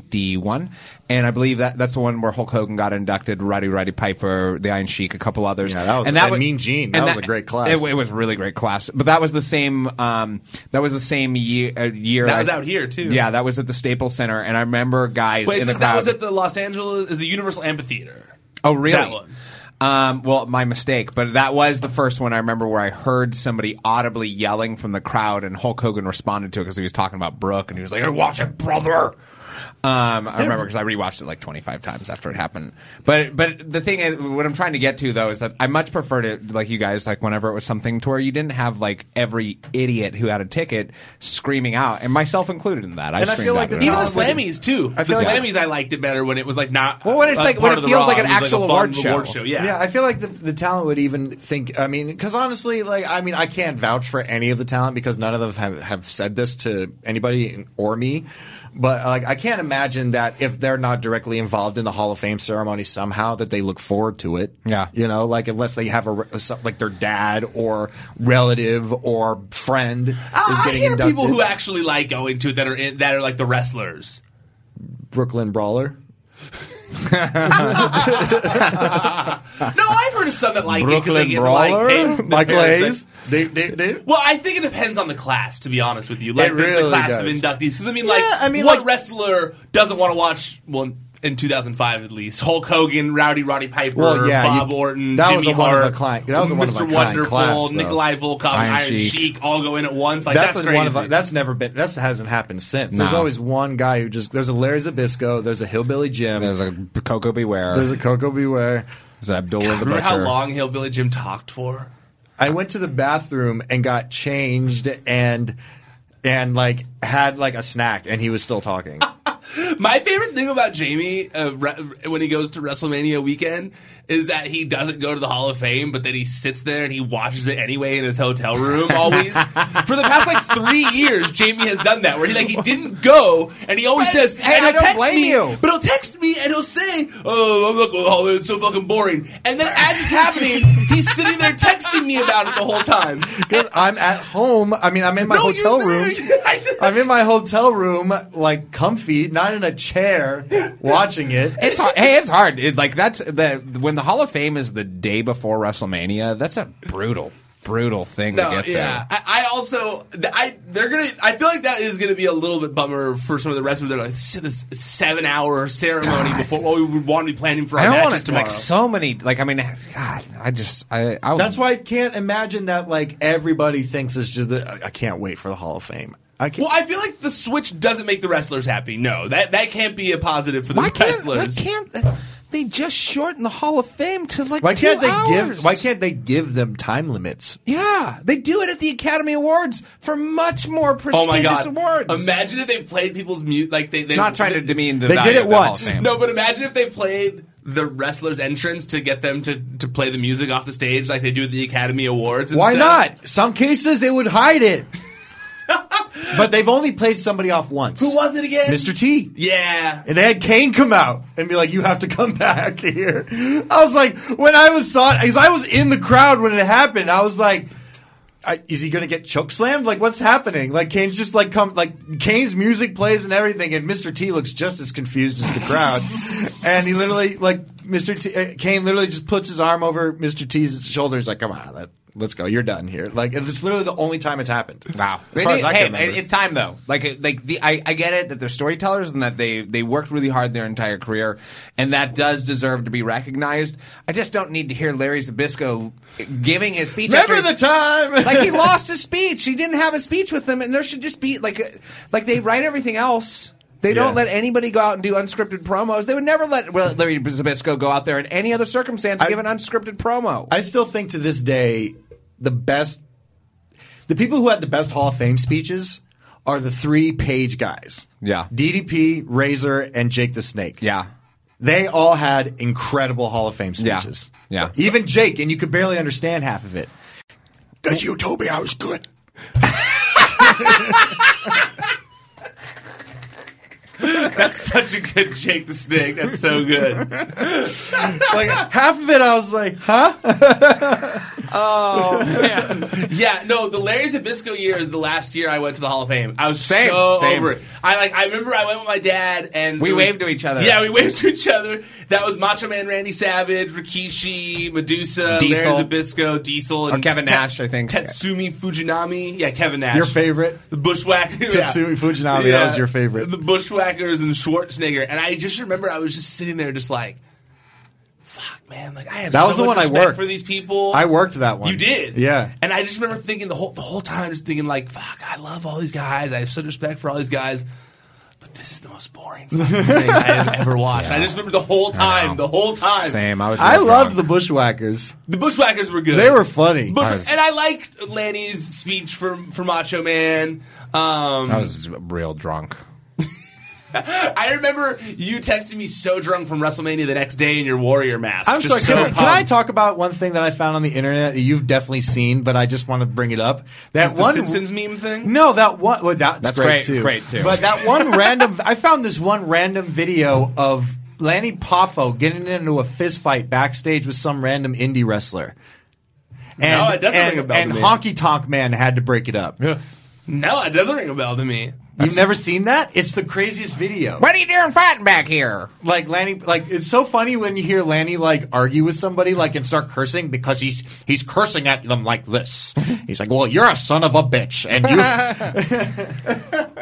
21, and I believe that that's the one where Hulk Hogan got inducted, Roddy Roddy Piper, the Iron Sheik, a couple others. Yeah, that was- and that and wa- Mean Gene. That was a great class. It, it was a really great class, but that was the same. Um, that was the same year. Uh, year That was I- out here, too. Yeah, that was at the Staples Center, and I remember guys Wait, in it the says that crowd. was at the Los Angeles, is the Universal Amphitheater. Oh, really? That one. Um, well, my mistake, but that was the first one I remember where I heard somebody audibly yelling from the crowd, and Hulk Hogan responded to it because he was talking about Brooke, and he was like, "Hey, "Watch it, brother." Um, I remember because I rewatched it like 25 times after it happened. But but the thing is, what I'm trying to get to though is that I much preferred it like you guys like whenever it was something to where you didn't have like every idiot who had a ticket screaming out, and myself included in that. I and I screamed feel like out at even the it. Slammies too. I feel the like- Slammies, I liked it better when it was like not. Well, when it's like- when it feels like an actual award show. Yeah. I feel like the, the talent would even think. I mean, because honestly, like, I mean, I can't vouch for any of the talent because none of them have, have said this to anybody or me. But like, I can't imagine that if they're not directly involved in the Hall of Fame ceremony somehow, that they look forward to it. Yeah. you know, like unless they have a, re- some- like their dad or relative or friend is Ah, I getting hear inducted. people who actually like going to it that are in, that are like the wrestlers. Brooklyn Brawler. No, I've heard of some that like it 'cause they Brooklyn get to, Brawler? like pay- Michael their parents, Hayes? like- Well, I think it depends on the class, to be honest with you. Like It the- the, really class of does. inductees, because I mean, like, Yeah, I mean, what like- wrestler doesn't want to watch? Well, in 2005 at least, Hulk Hogan, Rowdy Roddy Piper, Well, yeah, Bob you- Orton, that was Jimmy a one of Hart, the client- that was a one of Mr. a kind Wonderful, class, though. Nikolai Volkov, Iron, Iron Sheik. Sheik. all go in at once. Like that's, that's, like crazy. one of that's never been that's hasn't happened since. There's Nah. always one guy who just there's a Larry Zabisco, there's a hillbilly Jim, there's a Coco Beware, there's a Coco Beware, there's Abdullah the Remember how Butcher. long Hillbilly Jim talked for? I went to the bathroom and got changed and and like had like a snack and he was still talking. My favorite thing about Jamie uh, re- when he goes to WrestleMania weekend is that he doesn't go to the Hall of Fame, but then he sits there and he watches it anyway in his hotel room. Always for the past like three years, Jamie has done that where he like he didn't go and he always says, hey, and I he'll don't text blame me, you. But he'll text me and he'll say, "Oh, I'm not going to the Hall of Fame. It's so fucking boring." And then as it's happening, he's sitting there texting me about it the whole time. Because I'm at home. I mean, I'm in my No, hotel you're room. I'm in my hotel room, like comfy, not in a chair, watching it. It's hard. hey, it's hard. It, like that's the when the Hall of Fame is the day before WrestleMania. That's a brutal, brutal thing to get yeah. I, I also, th- I they're gonna. I feel like that is gonna be a little bit bummer for some of the rest of them. Like this is this seven hour ceremony before what we would want to be planning for there. our I don't matches want to tomorrow. like so many. Like I mean, God, I just I. I That's why I can't imagine that like everybody thinks it's just the, I- I can't wait for the Hall of Fame. I can't. well, I feel like the switch doesn't make the wrestlers happy. No, that that can't be a positive for the wrestlers. can't they just shorten the Hall of Fame to like? why can't they give? Why can't they give them time limits? Yeah, they do it at the Academy Awards for much more Oh prestigious my god! awards. Imagine if they played people's music. Like they, they Not trying to demean the They value did it of the Hall of once. Fame. No, but imagine if they played the wrestlers' entrance to get them to, to play the music off the stage like they do at the Academy Awards. and Why stuff. not? Some cases they would hide it. but they've only played somebody off once. Who was it again? Mr. T. Yeah. And they had Kane come out and be like, "You have to come back here." I was like, when I was saw it, because I was in the crowd when it happened. I was like, I, "Is he going to get choke slammed? Like, what's happening?" Like Kane's just like come, like Kane's music plays and everything, and Mr. T looks just as confused as the crowd, and he literally like Mr. T, uh, Kane literally just puts his arm over Mr. T's shoulder. He's like, "Come on, let, let's go. You're done here." Like, it's literally the only time it's happened. Wow. as far as I hey, can remember. it's time though. Like, it- like the I, I get it that they're storytellers and that they they worked really hard their entire career, and that does deserve to be recognized. I just don't need to hear Larry Zabisco giving his speech. Remember after- the time? like he lost his speech. He didn't have a speech with them, and there should just be like, uh, like they write everything else. They don't Yeah. let anybody go out and do unscripted promos. They would never let well, Larry Zabisco go out there in any other circumstance and give an unscripted promo. I still think to this day the best the people who had the best Hall of Fame speeches are the three page guys. Yeah. DDP, Razor, and Jake the Snake. Yeah. They all had incredible Hall of Fame Yeah. speeches. Yeah. Even Jake, and you could barely understand half of it. Because you told me I was good. That's such a good Jake the Snake. That's so good. Like half of it I was like, huh? Oh man. yeah, no, the Larry Zabisco year is the last year I went to the Hall of Fame. I was Same, so same. over it. I like I remember I went with my dad and We it was- waved to each other. Yeah, we waved to each other. That was Macho Man Randy Savage, Rikishi, Medusa, Diesel. Larry Zabisco, Diesel, Or and Kevin Te- Nash, I think. Tetsumi Fujinami. Yeah, Kevin Nash. Your favorite? The Bushwhackers. yeah. Tetsumi Fujinami, that was your favorite. The Bushwhackers and Schwarzenegger. And I just remember I was just sitting there just like I have That was so the much one I respect worked. for these people. I worked that one. You did, Yeah. And I just remember thinking the whole the whole time, just thinking like, "Fuck, I love all these guys. I have such respect for all these guys." But this is the most boring fucking thing I have ever watched. Yeah. I just remember the whole time, the whole time. I loved the Bushwhackers. The Bushwhackers were good. They were funny. Bush- and I liked Lanny's speech for for Macho Man. Um, I was real drunk. I remember you texting me so drunk from WrestleMania the next day in your Warrior mask. I'm just sorry. so Can, I- can pumped. I talk about one thing that I found on the internet that you've definitely seen, but I just want to bring it up? That Is the one Simpsons meme thing. No, that one. Well, that's, That's great, great. too. It's great, too. But that one random. I found this one random video of Lanny Poffo getting into a fist fight backstage with some random indie wrestler. No, And, it doesn't and, ring a bell to And me. Honky Tonk Man had to break it up. No, it doesn't ring a bell to me. You've never seen that? It's the craziest video. What are you doing fighting back here? Like Lanny, like it's so funny when you hear Lanny like argue with somebody, like and start cursing because he's he's cursing at them like this. He's like, "Well, you're a son of a bitch," and you,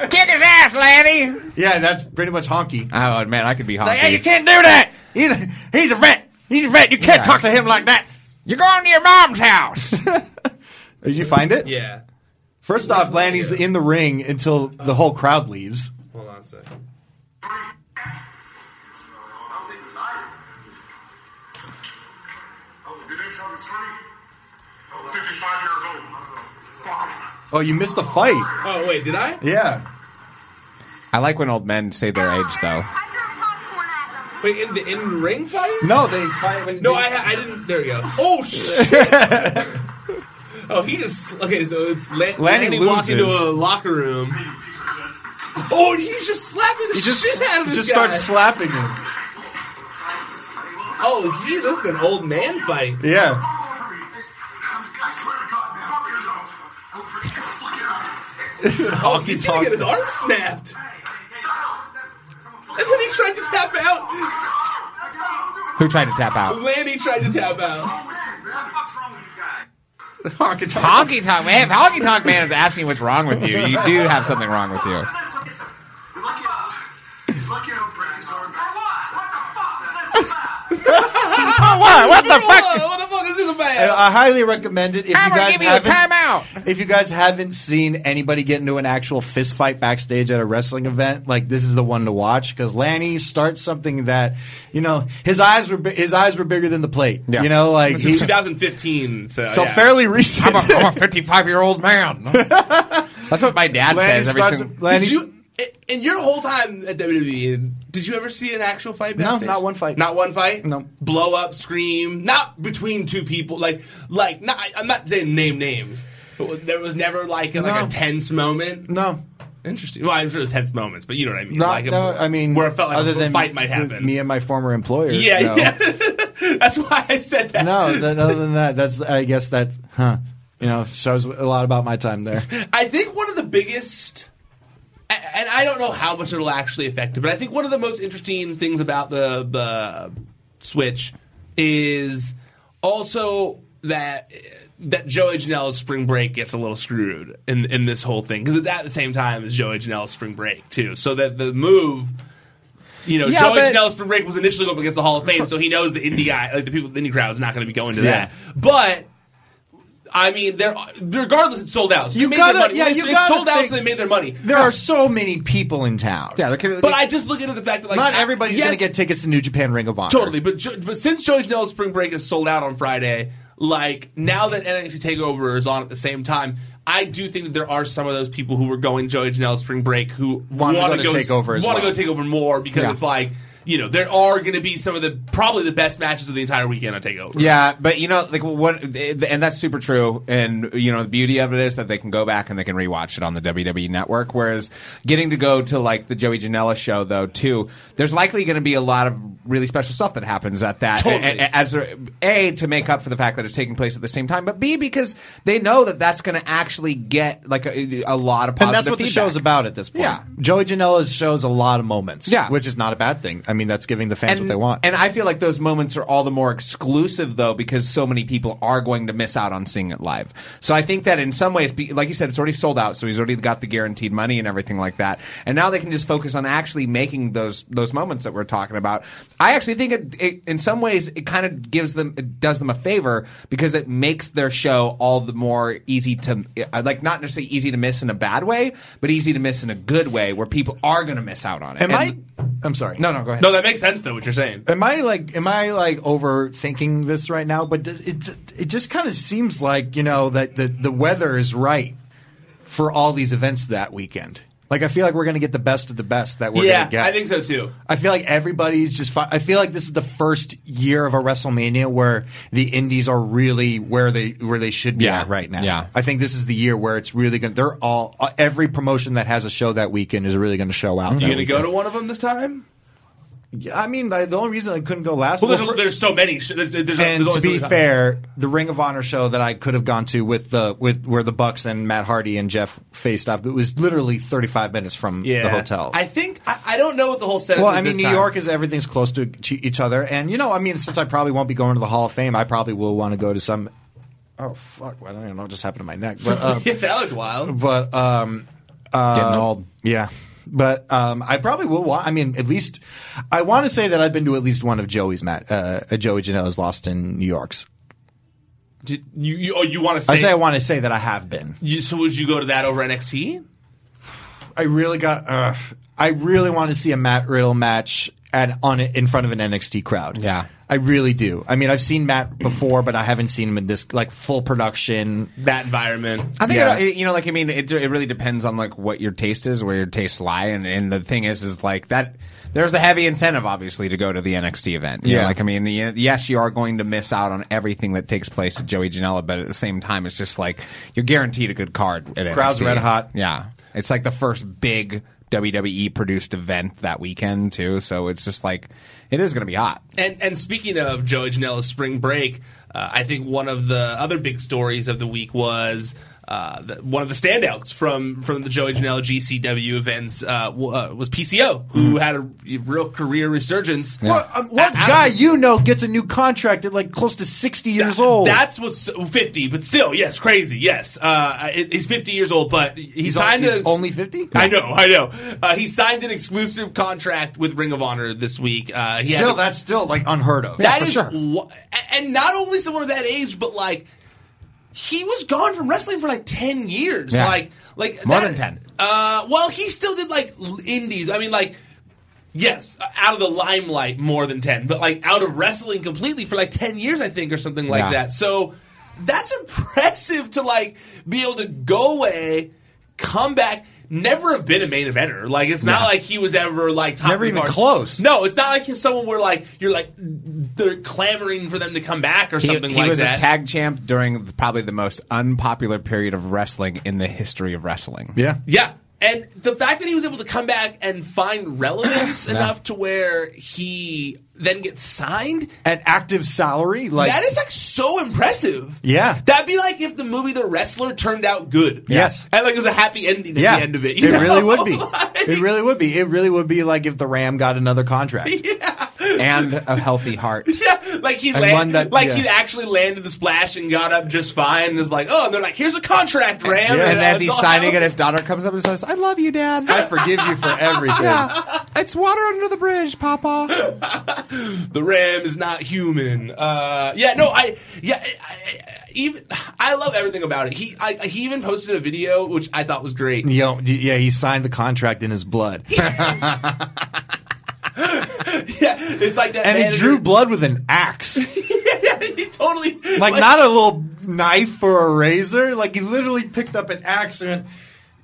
Kick his ass, laddie. yeah, that's pretty much honky. Oh man, I could be honky. It's like, hey, you can't do that. He's a, he's a vet. He's a vet. You can't Yeah. talk to him like that. You're going to your mom's house. Did you find it? Yeah. First off, Lanny's in the ring until the whole crowd leaves. Hold on a second. Oh, you missed the fight. Oh wait, did I? Yeah. I like when old men say their age though. Wait, in the in ring fight? No, they fight when. No, I, I didn't. There we go. Oh shit! oh, he just okay. So it's La- Lanny Lanny, walked into loses. a locker room. Oh, and he's just slapping the He just shit out of this just guy. starts slapping him. oh, he that's an old man fight. Yeah. oh, he's gonna get his arm snapped. And then he tried to tap out. Who tried to tap out? Lanny tried to tap out. Honky tonk. Honky tonk man. If honky tonk man is asking what's wrong with you, you do have something wrong with you. Oh, what? What the fuck? What the fuck is this about? I, I highly recommend it if I'm you gonna guys give you a haven't, timeout. If you guys haven't seen anybody get into an actual fist fight backstage at a wrestling event, like this is the one to watch because Lanny starts something that you know his eyes were bi- his eyes were bigger than the plate. You know, like This he, is 2015. So, so yeah. fairly recent. I'm a- I'm a 55 year old man. That's what my dad Lanny says every starts- single. Lanny- Did you in your whole time at WWE? Did you ever see an actual fight? No, Backstage? not one fight. Not one fight. No. blow up, scream. Not between two people. Like like not. I- I'm not saying name names. But there was never like a, like No. a tense moment. No. Interesting. Well, I'm sure there's tense moments, but you know what I mean. Not, like a- no, I mean, where it felt like other a than fight might with happen. Me and my former employer. yeah, no. yeah. That's why I said that. no, th- other than that, that's I guess that, huh? You know, shows a lot about my time there. I think one of the biggest, a- and I don't know how much it'll actually affect it, but I think one of the most interesting things about the, the Switch is also that that Joey Janela's Spring Break gets a little screwed in in this whole thing because it's at the same time as Joey Janela's Spring Break too, so that the move. You know, Yeah, Joey but- Janela's Spring Break was initially going up against the Hall of Fame, so he knows the indie guy, like the people, the indie crowd is not going to be going to Yeah. that. But I mean, they're regardless, it's sold out. So You they made gotta- their money. yeah, They- you it's gotta sold out, think- so they made their money. There are so many people in town. Yeah, but I just look into the fact that like not I- everybody's yes, going to get tickets to New Japan Ring of Honor. totally. But Jo- but since Joey Janela's Spring Break is sold out on Friday, like now that NXT Takeover is on at the same time. I do think that there are some of those people who were going Joey Janela's Spring Break who Wanted to want go to go Takeover as want well. to go take over more because Yeah. it's like you know, there are going to be some of the probably the best matches of the entire weekend on Takeover. Yeah, but you know, like what, and that's super true. And you know, the beauty of it is that they can go back and they can rewatch it on the WWE Network. Whereas getting to go to like the Joey Janela show, though, too, there's likely going to be a lot of really special stuff that happens at that. Totally. A- a- as a, a to make up for the fact that it's taking place at the same time, but B because they know that that's going to actually get like a, a lot of positive and that's what the feedback. show's about at this point. Yeah. Joey Janela's shows a lot of moments. Yeah. which is not a bad thing. I mean, that's giving the fans what they want. And I feel like those moments are all the more exclusive though because so many people are going to miss out on seeing it live. So I think that in some ways, be- like you said, it's already sold out, so he's already got the guaranteed money and everything like that. And now they can just focus on actually making those those moments that we're talking about. I actually think it, it in some ways it kind of gives them it does them a favor because it makes their show all the more easy to uh, like not necessarily easy to miss in a bad way, but easy to miss in a good way where people are going to miss out on it. Am And- Oh, I'm sorry. No, no, go ahead. No, that makes sense though. What you're saying. Am I like am I like overthinking this right now? But does- it it just kind of seems like you know that the the weather is right for all these events that weekend. Like I feel like we're going to get the best of the best that we're going yeah, to get. I think so too. I feel like everybody's just. Fi- I feel like this is the first year of a WrestleMania where the indies are really where they where they should be Yeah. at right now. Yeah. I think this is the year where it's really going. to They're all uh, every promotion that has a show that weekend is really going to show out. You going to go to one of them this time? I mean, I, the only reason I couldn't go last. Well, well, there's, for- there's so many. sh- There's, there's, there's and only to so be many times. fair, the Ring of Honor show that I could have gone to with the with where the Bucks and Matt Hardy and Jeff faced off, it was literally 35 minutes from the hotel. I think I, I don't know what the whole setup. well, is I mean, this New time. York is everything's close to each- each other, and you know, I mean, since I probably won't be going to the Hall of Fame, I probably will want to go to some. Oh fuck! Well, I don't even know what just happened to my neck, but um, yeah, that looked wild. but um, uh, Getting old. yeah. But um, I probably will. Wa- I mean, at least I want to say that I've been to at least one of Joey's mat, uh, Joey Janela's Lost in New York's. Did you you, oh, you want to say? I say I want to say that I have been. you, so would you go to that over NXT? I really got. Uh, I really want to see a Matt Riddle match at on in front of an NXT crowd. Yeah. I really do. I mean, I've seen Matt before, but I haven't seen him in this like full production. That environment. I think Yeah. it, you know, like I mean, it, it really depends on like what your taste is, where your tastes lie, and, and the thing is, is like that. There's a heavy incentive, obviously, to go to the NXT event. You know, Yeah. like I mean, y- yes, you are going to miss out on everything that takes place at Joey Janela, but at the same time, it's just like you're guaranteed a good card. At Crowd's NXT. red hot. Yeah, it's like the first big E WWE produced event that weekend too, so it's just like it is going to be hot. And and speaking of Joey Janela's spring break, uh, I think one of the other big stories of the week was. Uh, the, one of the standouts from from the Joey Janela GCW events uh, w- uh, was PCO, who had a real career resurgence. Hmm. What, um, what I- I- guy you know gets a new contract at like close to sixty years old? That's what's 50, but still, yes, crazy, yes. Uh, it- he's 50 years old, but he He's on- signed he's a- only 50? I know, I know. Uh, he signed an exclusive contract with Ring of Honor this week. Uh, he had still a- that's still like unheard of. that is wha- a- and not only someone of that age, but like he was gone from wrestling for like ten years, Yeah. like like More that- than 10. Uh, well, he still did like l- indies. I mean, like yes, uh, out of the limelight more than ten, but like out of wrestling completely for like ten years, I think, or something like Yeah. that. So that's impressive to like be able to go away, come back. Never have been a main eventer. Like it's not like he was ever like top Never of the even card. close. No, it's not like he's someone where like you're like they're clamoring for them to come back or He- something he, like was that. a tag champ during the- probably the most unpopular period of wrestling in the history of wrestling. yeah. yeah. And the fact that he was able to come back and find relevance enough to where he then gets signed, An active salary like that is like so impressive. Yeah. That'd be like if the movie The Wrestler turned out good. Yes. And like it was a happy ending at yeah, the end of it. you know? really would be. Like, it really would be. It really would be like if the Ram got another contract. and a healthy heart. Yeah, like he And one landed, that- like yeah. he actually landed the splash and got up just fine, and is like, oh, and they're like, here's a contract, Ram. And, I as was he's all signing it, happy. his daughter comes up and says, "I love you, Dad." I forgive you for everything. yeah, it's water under the bridge, Papa. the Ram is not human. Uh, yeah, no, I yeah, I, I, even I love everything about it. He I, he even posted a video which I thought was great. You know, yeah, he signed the contract in his blood. Yeah, it's like that, and he manager- drew blood with an axe. yeah, he totally Like, not a little knife or a razor. Like, he literally picked up an axe and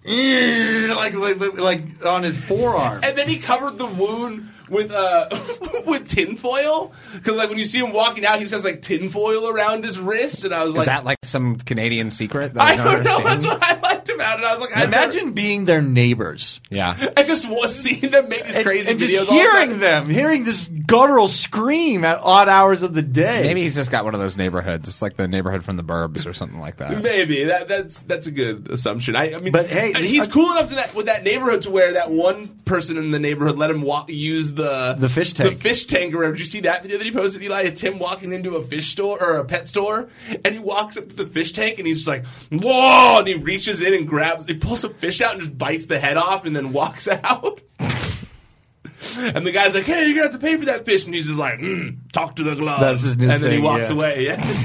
went, like, like like on his forearm. And then he covered the wound with uh with tinfoil because like when you see him walking out, he just has like tinfoil around his wrist, and I was Is like, that like some Canadian secret? That I don't don't know. understand? That's what I liked about it. I was like, I Imagine being their neighbors. Yeah. I just was seeing them make these crazy and videos. just all the time. hearing them, hearing this guttural scream at odd hours of the day. Maybe he's just got one of those neighborhoods. It's like the neighborhood from the Burbs or something like that. Maybe that that's that's a good assumption. I, I mean, But hey, uh, he's cool enough to that with that neighborhood to where that one person in the neighborhood let him walk, use the The fish tank. the fish tank. Or whatever. did you see that video that he posted? Eli, it's him walking into a fish store or a pet store, and he walks up to the fish tank and he's just like, "Whoa!" And he reaches in and grabs, he pulls a fish out and just bites the head off, and then walks out. And the guy's like, "Hey, you're gonna have to pay for that fish," and he's just like, mm, "Talk to the glove." That's his new and then he thing, walks yeah. away. Yeah.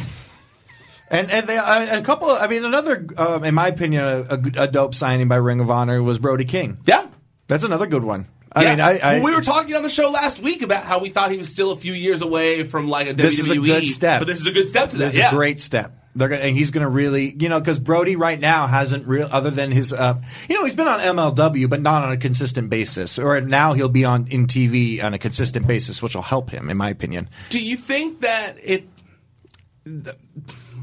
And and they, uh, a couple. Of, I mean, another, um, in my opinion, a, a g- a dope signing by Ring of Honor was Brody King. Yeah, that's another good one. I Yeah. mean, I, I Well, we were talking on the show last week about how we thought he was still a few years away from like a This WWE. is a good step. E, but this is a good step to that. This yeah, is a great step. They're gonna, and he's going to really, you know, because Brody right now hasn't real other than his, uh, you know, he's been on MLW, but not on a consistent basis. Or now he'll be on in TV on a consistent basis, which will help him, in my opinion. Do you think that it? The,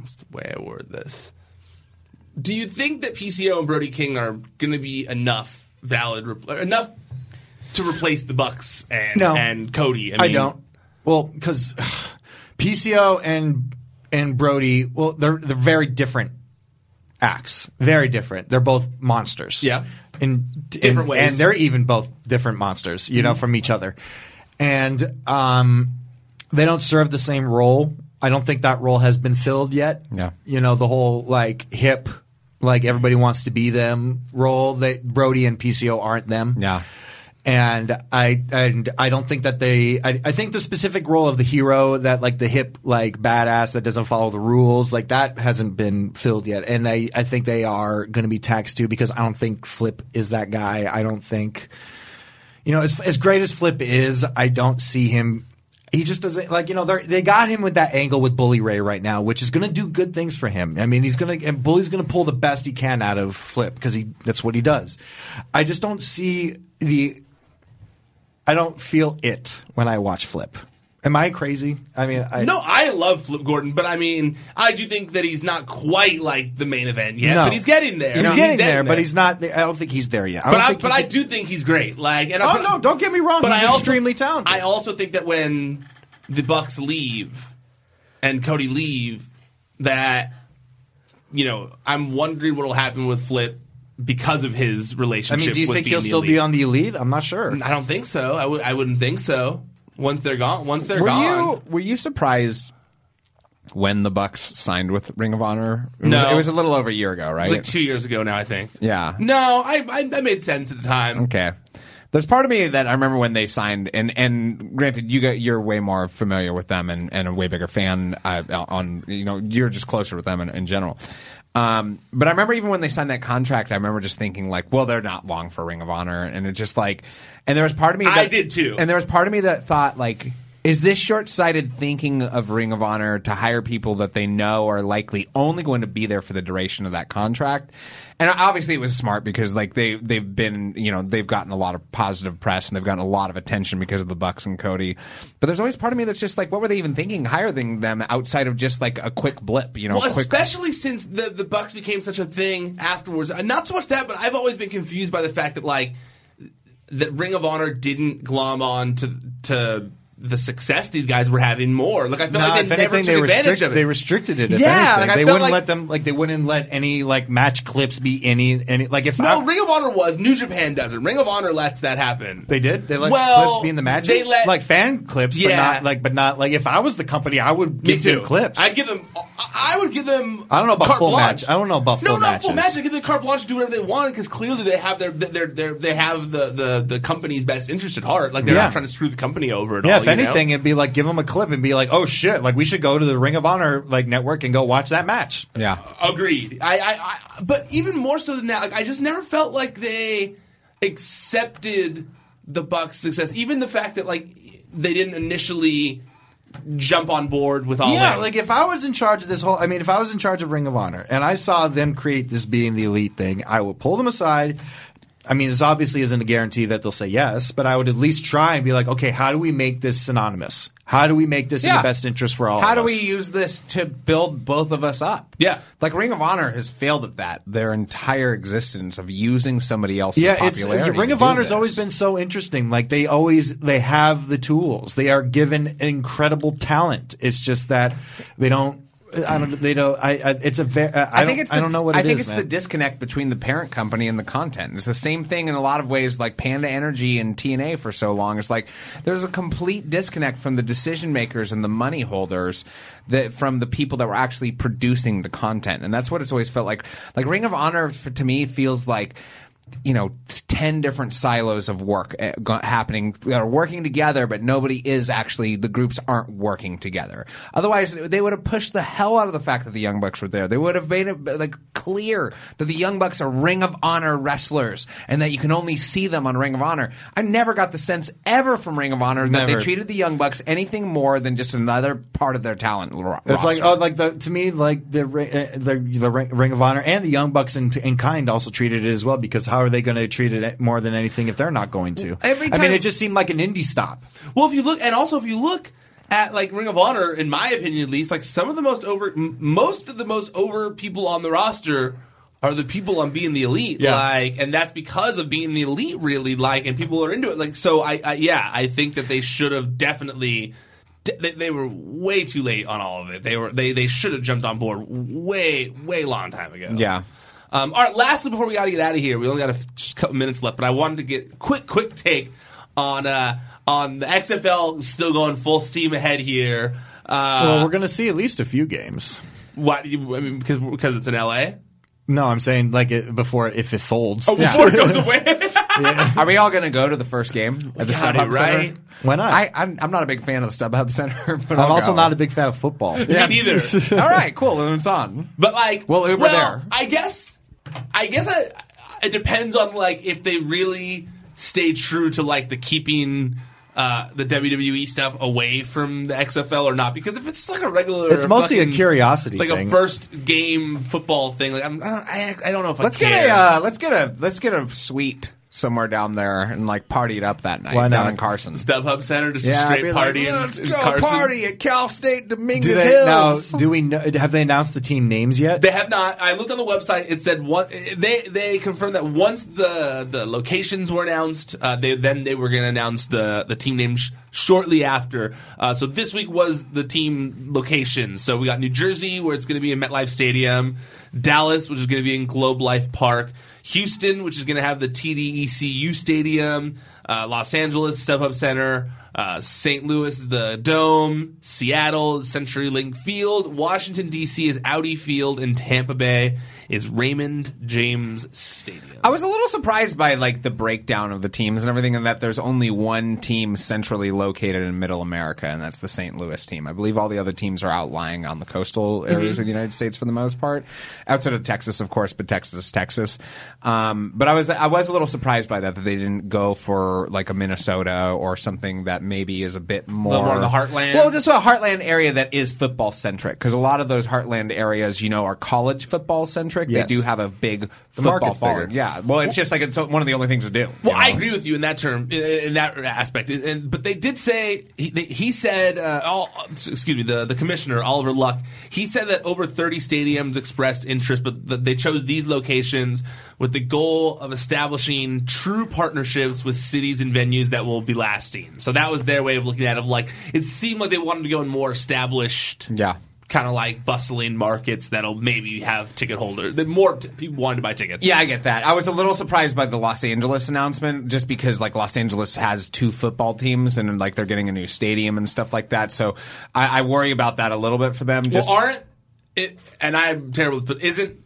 what's the way I word this? Do you think that PCO and Brody King are going to be enough valid rep- or enough to replace the Bucks and No. and Cody? I, don't. Well, because PCO and and Brody, well, they're they're very different acts. Very different. They're both monsters. Yeah. In Different and, ways. and they're even both different monsters. You know, Mhm. from each other, and um, they don't serve the same role. I don't think that role has been filled yet. Yeah. You know, the whole like hip, like everybody wants to be them role. That Brody and PCO aren't them. Yeah. And I and I don't think that they I, I think the specific role of the hero that like the hip like badass that doesn't follow the rules like that hasn't been filled yet and I, I think they are going to be taxed too because I don't think Flip is that guy I don't think you know as as great as Flip is I don't see him he just doesn't like you know they they got him with that angle with Bully Ray right now which is going to do good things for him I mean he's going to and Bully's going to pull the best he can out of Flip because he that's what he does I just don't see the I don't feel it when I watch Flip. Am I crazy? I mean, I, no, I love Flip Gordon, but I mean, I do think that he's not quite like the main event yet, no. but he's getting there. He's getting there, but he's not. there. I don't think he's there yet. I but don't I, think but I do think he's great. Like, and Oh, but, no, don't get me wrong. He's extremely talented. I also think that when the Bucks leave and Cody leave, that you know, I'm wondering what will happen with Flip because of his I relationship. mean, do you with think being he'll the still elite. be on the elite? I'm not sure. I don't think so. I w- I wouldn't think so. Once they're gone, once they're were gone. you were you surprised when the Bucks signed with Ring of Honor? It No. was, it was a little over a year ago, It right? was like two years ago now, I think. yeah. No, I, I that made sense at the time. Okay. There's part of me that I remember when they signed, and, and granted, you got you're way more familiar with them and, and a way bigger fan. Uh, on you know you're just closer with them in, in general. Um, but I remember even when they signed that contract, I remember just thinking like, well, they're not long for Ring of Honor, and it just like, and there was part of me that, I did too. and there was part of me that thought like. Is this short-sighted thinking of Ring of Honor to hire people that they know are likely only going to be there for the duration of that contract? And obviously, it was smart because like they they've been you know they've gotten a lot of positive press and they've gotten a lot of attention because of the Bucks and Cody. But there's always part of me that's just like, what were they even thinking hiring them outside of just like a quick blip? You know, well, a quick especially since the the Bucks became such a thing afterwards. Uh, Not so much that, but I've always been confused by the fact that like that Ring of Honor didn't glom on to to the success these guys were having more. Like I feel No, like if they never anything, took they, advantage restrict, of it. they restricted it. If Yeah, anything. like, I they felt wouldn't like- let them like they wouldn't let any like match clips be any any like if no, I, Ring of Honor was New Japan doesn't. Ring of Honor lets that happen. they did they let Well, clips be in the matches they let- like fan clips, Yeah. but not like but not like if I was the company, I would give them clips. I'd give them. I I would give them. I don't know about carte full blanche. match. I don't know about No, full not matches. full match. They give the carte blanche to do whatever they want because clearly they have their, their, their, they have the, the, the company's best interest at heart. Like they're Yeah. not trying to screw the company over at yeah, all. if you know? anything, it'd be like give them a clip and be like, "Oh shit! Like we should go to the Ring of Honor like network and go watch that match." Yeah, Agreed. I, I, I, but even more so than that, like I just never felt like they accepted the Bucks' success, even the fact that like they didn't initially jump on board with all yeah, in. like if I was in charge of this whole, I mean, if I was in charge of Ring of Honor and I saw them create this being the elite thing, I would pull them aside. I mean, this obviously isn't a guarantee that they'll say yes, but I would at least try and be like, okay, how do we make this synonymous? How do we make this in Yeah. the best interest for all? How of do us? we use this to build both of us up? Yeah. Like Ring of Honor has failed at that their entire existence of using somebody else's Yeah, it's popularity. Ring to of do Honor's this. always been so interesting. Like they always they have the tools. They are given incredible talent. It's just that they don't. I don't. They don't. I. I it's a. Ve- I, I, think it's. I the- don't know what I it think is, it's man. the disconnect between the parent company and the content. It's the same thing in a lot of ways, like Panda Energy and TNA for so long. It's like there's a complete disconnect from the decision makers and the money holders that from the people that were actually producing the content, and that's what it's always felt like. Like Ring of Honor for, to me feels like. You know, t- ten different silos of work uh, go- happening that are working together, but nobody is actually the groups aren't working together. Otherwise, they would have pushed the hell out of the fact that the Young Bucks were there. They would have made it like clear that the Young Bucks are Ring of Honor wrestlers and that you can only see them on Ring of Honor. I never got the sense ever from Ring of Honor that they Never. treated the Young Bucks anything more than just another part of their talent. ro- It's like roster. oh, like the to me like the Ri- uh, the the Ring Ring of Honor and the Young Bucks and, and Kind also treated it as well because how are they going to treat it more than anything if they're not going to? Every I time- mean, it just seemed like an indie stop. Well, if you look, and also if you look at like Ring of Honor, in my opinion at least, like some of the most over, m- most of the most over people on the roster are the people on being the elite, Yeah. like, and that's because of being the elite, really, like, and people are into it, like, so I, I yeah, I think that they should have definitely. de- They, they were way too late on all of it. They were they they should have jumped on board way way long time ago. Yeah. Um, all right. Lastly, before we got to get out of here, we only got a f- just a couple minutes left, but I wanted to get quick, quick take on uh, on the XFL still going full steam ahead here. Uh, well, we're going to see at least a few games. what? you- I mean, because because it's in LA. No, I'm saying like it, before if it folds. Oh, before it goes away. Are we all going to go to the first game at the Got StubHub it, right? Center? Why not? I, I'm, I'm not a big fan of the StubHub Center. But I'm I'll Oh, also go. not a big fan of football. Me neither. all right, cool. Then it's on. But like, Well, Uber there. I guess, I guess I, it depends on like if they really stay true to like the keeping. Uh, the WWE stuff away from the XFL or not? Because if it's like a regular, It's mostly fucking- a curiosity like thing. a first game football thing. Like I'm, I don't, I, I don't know if Let's I get care. a uh, let's get a let's get a suite somewhere down there and like party it up that night Why down not? in Carson. StubHub Center, just Yeah, a I'd be straight like, party. in- "Let's in go Carson." party at Cal State Dominguez Do they, now, do we know, have they announced the team names yet? They have not. I looked on the website. It said one. They they confirmed that once the the locations were announced, uh, they then they were going to announce the the team names shortly after. Uh, so this week was the team locations. So we got New Jersey, where it's going to be in MetLife Stadium, Dallas, which is going to be in Globe Life Park, Houston, which is going to have the TDECU Stadium, uh, Los Angeles Step Up Center. Uh, St. Louis is the Dome, Seattle is CenturyLink Field, Washington D.C. is Audi Field, and Tampa Bay is Raymond James Stadium. I was a little surprised by like the breakdown of the teams and everything, and that there's only one team centrally located in Middle America, and that's the St. Louis team. I believe all the other teams are outlying on the coastal areas Mhm. of the United States for the most part, outside of Texas, of course, but Texas, is Texas. Um, but I was I was a little surprised by that that they didn't go for like a Minnesota or something that maybe is a bit more little more in the heartland. Well, just a heartland area that is football centric because a lot of those heartland areas, you know, are college football centric. Yes. They do have a big The football market's following. bigger. Yeah. Well, it's just like it's one of the only things to do. Well, I agree with you in that term, in, in that aspect. And, but they did say he, they, he said, uh, all, excuse me, the, the commissioner Oliver Luck. He said that over 30 stadiums expressed interest, but that they chose these locations with the goal of establishing true partnerships with cities and venues that will be lasting. So that was their way of looking at it. Of like, it seemed like they wanted to go in more established. Yeah. Kind of like bustling markets that'll maybe have ticket holders. That more t- people wanted to buy tickets. Yeah, I get that. I was a little surprised by the Los Angeles announcement just because like Los Angeles has two football teams and like they're getting a new stadium and stuff like that. So I, I worry about that a little bit for them. Just well, aren't it? And I'm terrible, but isn't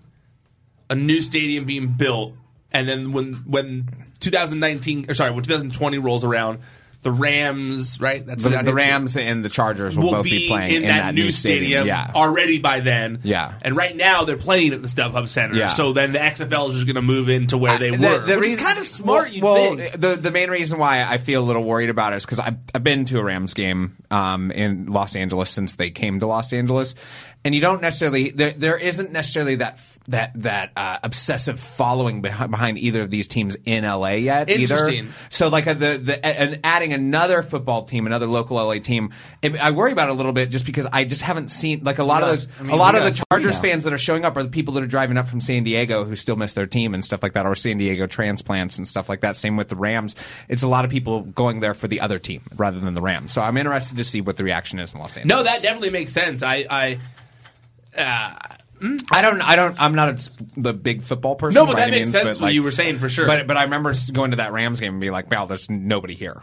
a new stadium being built? And then when when 2019 or sorry when 2020 rolls around, the Rams, right? That's The, who that the is. Rams and the Chargers will, both be playing in, that, new stadium, Yeah. already by then. Yeah. And right now they're playing at the StubHub Center. Yeah. So then the XFL is just going to move into where they were, which is kind of smart. Well, you'd well, think. the the main reason why I feel a little worried about it is because I've, I've been to a Rams game um, in Los Angeles since they came to Los Angeles, and you don't necessarily there there isn't necessarily that that that uh, obsessive following behind, behind either of these teams in LA yet. Interesting. Either. So like uh, the the and adding another football team, another local LA team, it, I worry about it a little bit just because I just haven't seen like a lot of Yeah, those I mean, a lot we of got the three Chargers now. fans fans that are showing up are the people that are driving up from San Diego who still miss their team and stuff like that, or San Diego transplants and stuff like that. Same with the Rams. It's a lot of people going there for the other team rather than the Rams. So I'm interested to see what the reaction is in Los Angeles. no, that definitely makes sense. I, I uh, I don't. I don't. I'm not a, s- the big football person. No, but by that any makes means, sense but, what you were saying for sure. But but I remember s- going to that Rams game and be like, wow, there's nobody here.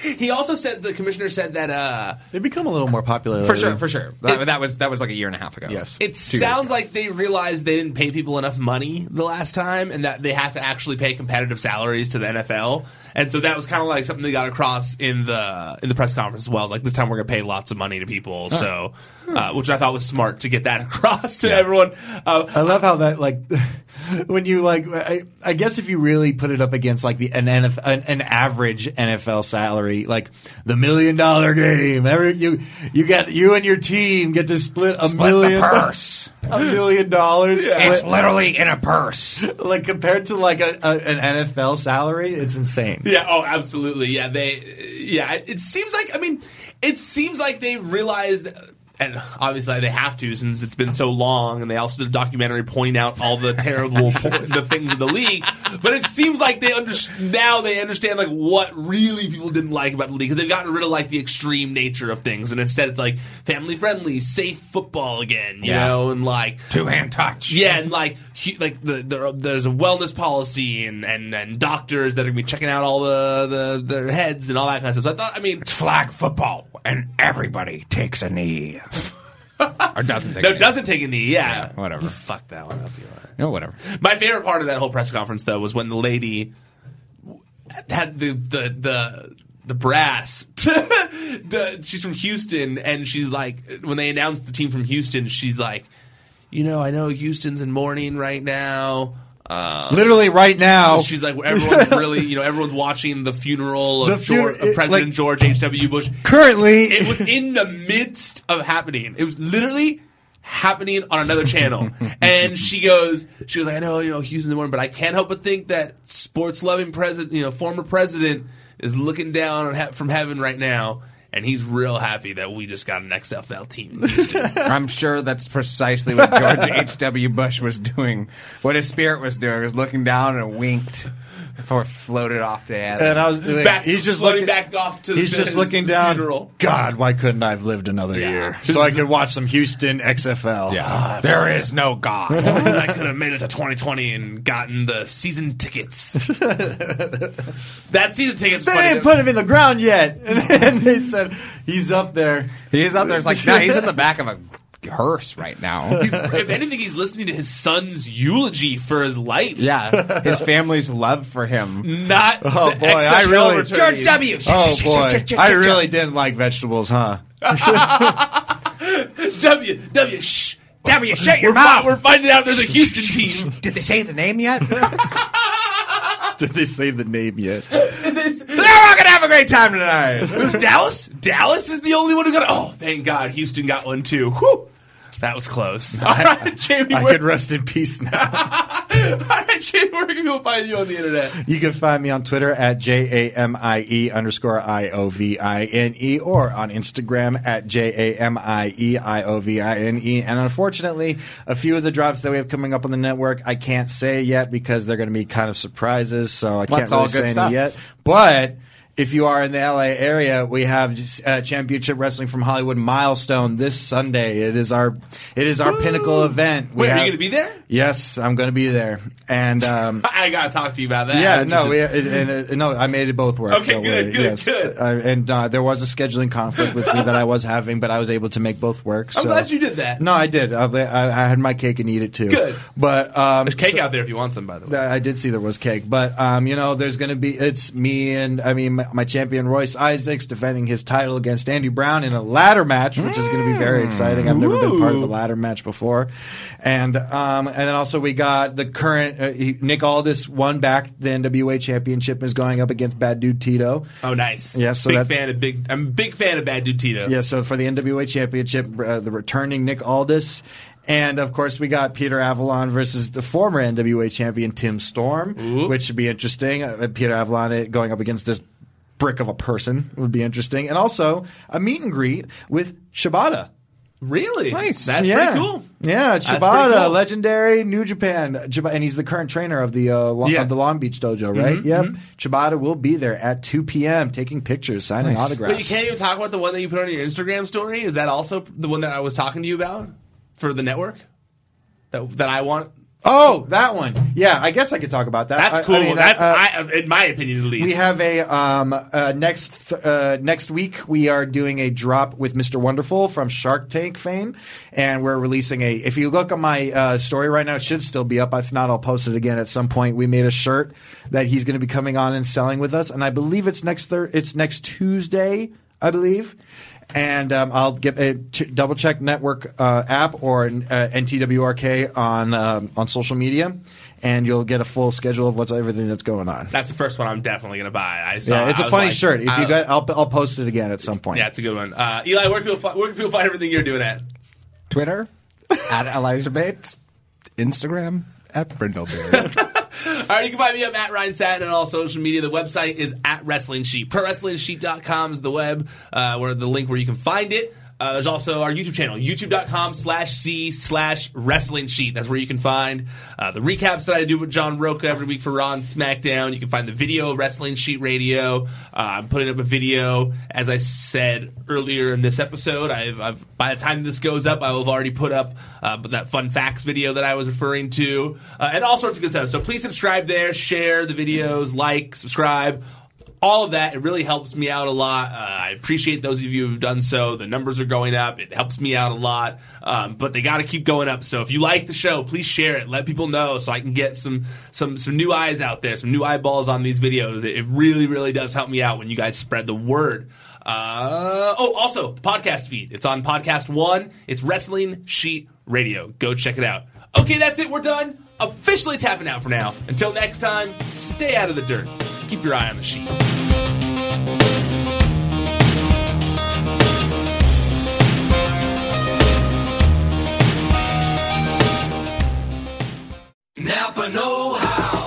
he also said the commissioner said that uh, They become a little more popular for lately. sure. For sure. That, that was that was like a year and a half ago. Yes. It sounds like they realized they didn't pay people enough money the last time, and that they have to actually pay competitive salaries to the NFL. And so that was kind of like something they got across in the in the press conference as well. Like this time we're going to pay lots of money to people, so uh, which I thought was smart to get that across to everyone. Uh, I love how that like when you like I, I guess if you really put it up against like the an, NF, an an average NFL salary like the million dollar game every you you get you and your team get to split a Split the million purse. a million dollars Yeah. It's split. literally in a purse like compared to like a, a, an NFL salary it's insane Yeah. Oh, absolutely. Yeah. They. Yeah. it- It seems like. I mean, it seems like they realized. And obviously, they have to since it's been so long, and they also did a documentary pointing out all the terrible po- the things of the league. But it seems like they under- now they understand like what really people didn't like about the league because they've gotten rid of like the extreme nature of things, and instead it's like family friendly, safe football again, you Yeah. know, and like Two hand touch. yeah, and like he, like the, the there's a wellness policy and, and, and doctors that are gonna be checking out all the, the their heads and all that kind of stuff. So I thought, I mean, it's flag football, and everybody takes a knee. or doesn't take no, a knee. doesn't take a knee. Yeah, whatever. You fucked that one up. No, whatever. My favorite part of that whole press conference though was when the lady had the the the the brass. to- she's from Houston, and she's like, when they announced the team from Houston, she's like, you know, I know Houston's in mourning right now. Uh, Literally right now. She's like, everyone's really, you know, everyone's watching the funeral of, The funer- Geor- of it- President like- George H.W. Bush. Currently- It was in the midst of happening. It was literally happening on another channel. and she goes, she was like, I know, you know, Houston's in the morning, but I can't help but think that sports loving president, you know, former president is looking down on he- from heaven right now. And he's real happy that we just got an XFL team. I'm sure that's precisely what George H.W. Bush was doing. What his spirit was doing was looking down and winked before it floated off to heaven. And I was like, Back- he's just floating looking back off to the- He's to his just looking down. funeral. God, why couldn't I have lived another year so I could watch some Houston XFL? Yeah. There is no God. I could have made it to 2020 and gotten the season tickets. that season tickets. They funny. didn't put him in the ground yet, and then they said he's up there. He's up there. It's like, nah, he's in the back of a hearse right now. if anything, he's listening to his son's eulogy for his life. yeah. His family's love for him. Not Oh the boy, XFL I really returnees. Oh boy, I really didn't like vegetables, huh? W W shh W shut we're, fi- we're finding out there's a Houston team. Did they say the name yet? Did they say the name yet? They're all gonna have a great time tonight. It was Dallas. Dallas is the only one who got. it. Oh, thank God, Houston got one too. Whew. That was close. All right, Jamie. I where- could rest in peace now. All right, Jamie. Where can people find you on the internet? You can find me on Twitter at J A M I E underscore I O V I N E or on Instagram at J A M I E I O V I N E. And unfortunately, a few of the drops that we have coming up on the network, I can't say yet because they're going to be kind of surprises. So I can't That's really all good say any stuff. yet. But. If you are in the LA area, we have uh, Championship Wrestling from Hollywood Milestone this Sunday. It is our it is our pinnacle event. We Wait, are have- you going to be there? Yes, I'm going to be there. And um, I gotta talk to you about that. yeah, I'm no, interested. we, it, and, uh, no, I made it both work. Okay, Don't good, worry. good, yes. good. I, and uh, there was a scheduling conflict with me that I was having, but I was able to make both work. I'm so- glad you did that. No, I did. I, I, I had my cake and eat it too. Good. but um, There's cake so- out there if you want some, by the way. I did see there was cake, but um, you know, there's going to be it's me and I mean my, my champion Royce Isaacs defending his title against Andy Brown in a ladder match, which is going to be very exciting. I've never been part of a ladder match before, and um, and then also we got the current uh, he- Nick Aldis won back the NWA championship is going up against Bad Dude Tito. Oh, nice. Yeah, so big that's- fan of big. I'm a big fan of Bad Dude Tito. Yeah, so for the NWA Championship, uh, the returning Nick Aldis. And of course, we got Peter Avalon versus the former NWA champion Tim Storm, which should be interesting. Uh, Peter Avalon uh, going up against this brick of a person would be interesting. And also a meet and greet with Shibata. Really? Nice. That's yeah. pretty cool. Yeah, That's pretty Shibata, cool. legendary New Japan, Jib- and he's the current trainer of the uh, Lo- Yeah. of the Long Beach dojo, right? Mhm, Yep. Shibata will be there at 2 p.m. taking pictures, signing autographs. But you can't even talk about the one that you put on your Instagram story. Is that also the one that I was talking to you about for the network? That that I want. Oh, that one. Yeah, I guess I could talk about that. I- I That's cool. mean, That's uh, I, in my opinion at least. we have a um, uh, next th- uh, next week. We are doing a drop with Mr. Wonderful from Shark Tank fame, and we're releasing a. If you look on my uh, story right now, it should still be up. If not, I'll post it again at some point. We made a shirt that he's going to be coming on and selling with us, and I believe it's next thir- It's next Tuesday, I believe. And um, I'll get a ch- double check network uh, app or uh, NTWRK on um, on social media, and you'll get a full schedule of what's everything that's going on. That's the first one I'm definitely gonna buy. I saw. Yeah, it's a a funny shirt. If I, you got, I'll, I'll post it again at some point. yeah, it's a good one. Uh, Eli, where can people fi- where can people find everything you're doing at? Twitter at Elijah Bates, Instagram at Brindlebeard. All right, you can find me up at Ryan Satin on all social media. The website is at Wrestling Sheet. ProWrestlingSheet.com is the web, uh, where the link where you can find it. Uh, there's also our YouTube channel, youtube.com slash C slash wrestling sheet. That's where you can find uh, the recaps that I do with John Roca every week for Raw and SmackDown. You can find the video of Wrestling Sheet Radio. Uh, I'm putting up a video, as I said earlier in this episode. I've, I've By the time this goes up, I will have already put up uh, that fun facts video that I was referring to, uh, and all sorts of good stuff. So please subscribe there, share the videos, like, subscribe, all of that. It really helps me out a lot. Uh, I appreciate those of you who've done so. The numbers are going up. It helps me out a lot. Um, but they got to keep going up. So if you like the show, please share it. Let people know so I can get some some some new eyes out there, some new eyeballs on these videos. It, it really really does help me out when you guys spread the word. Uh, oh, also the podcast feed. It's on Podcast One. It's Wrestling Sheet Radio. Go check it out. Okay, that's it. We're done. Officially tapping out for now. Until next time, stay out of the dirt. Keep your eye on the sheet. Napa Know How.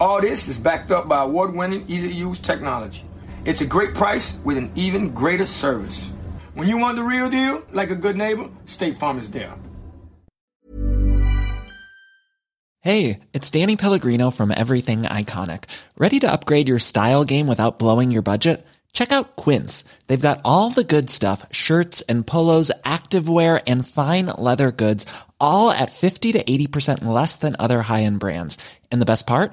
All this is backed up by award winning, easy to use technology. It's a great price with an even greater service. When you want the real deal, like a good neighbor, State Farm is there. Hey, it's Danny Pellegrino from Everything Iconic. Ready to upgrade your style game without blowing your budget? Check out Quince. They've got all the good stuff, shirts and polos, activewear and fine leather goods, all at 50 to 80% less than other high-end brands. And the best part?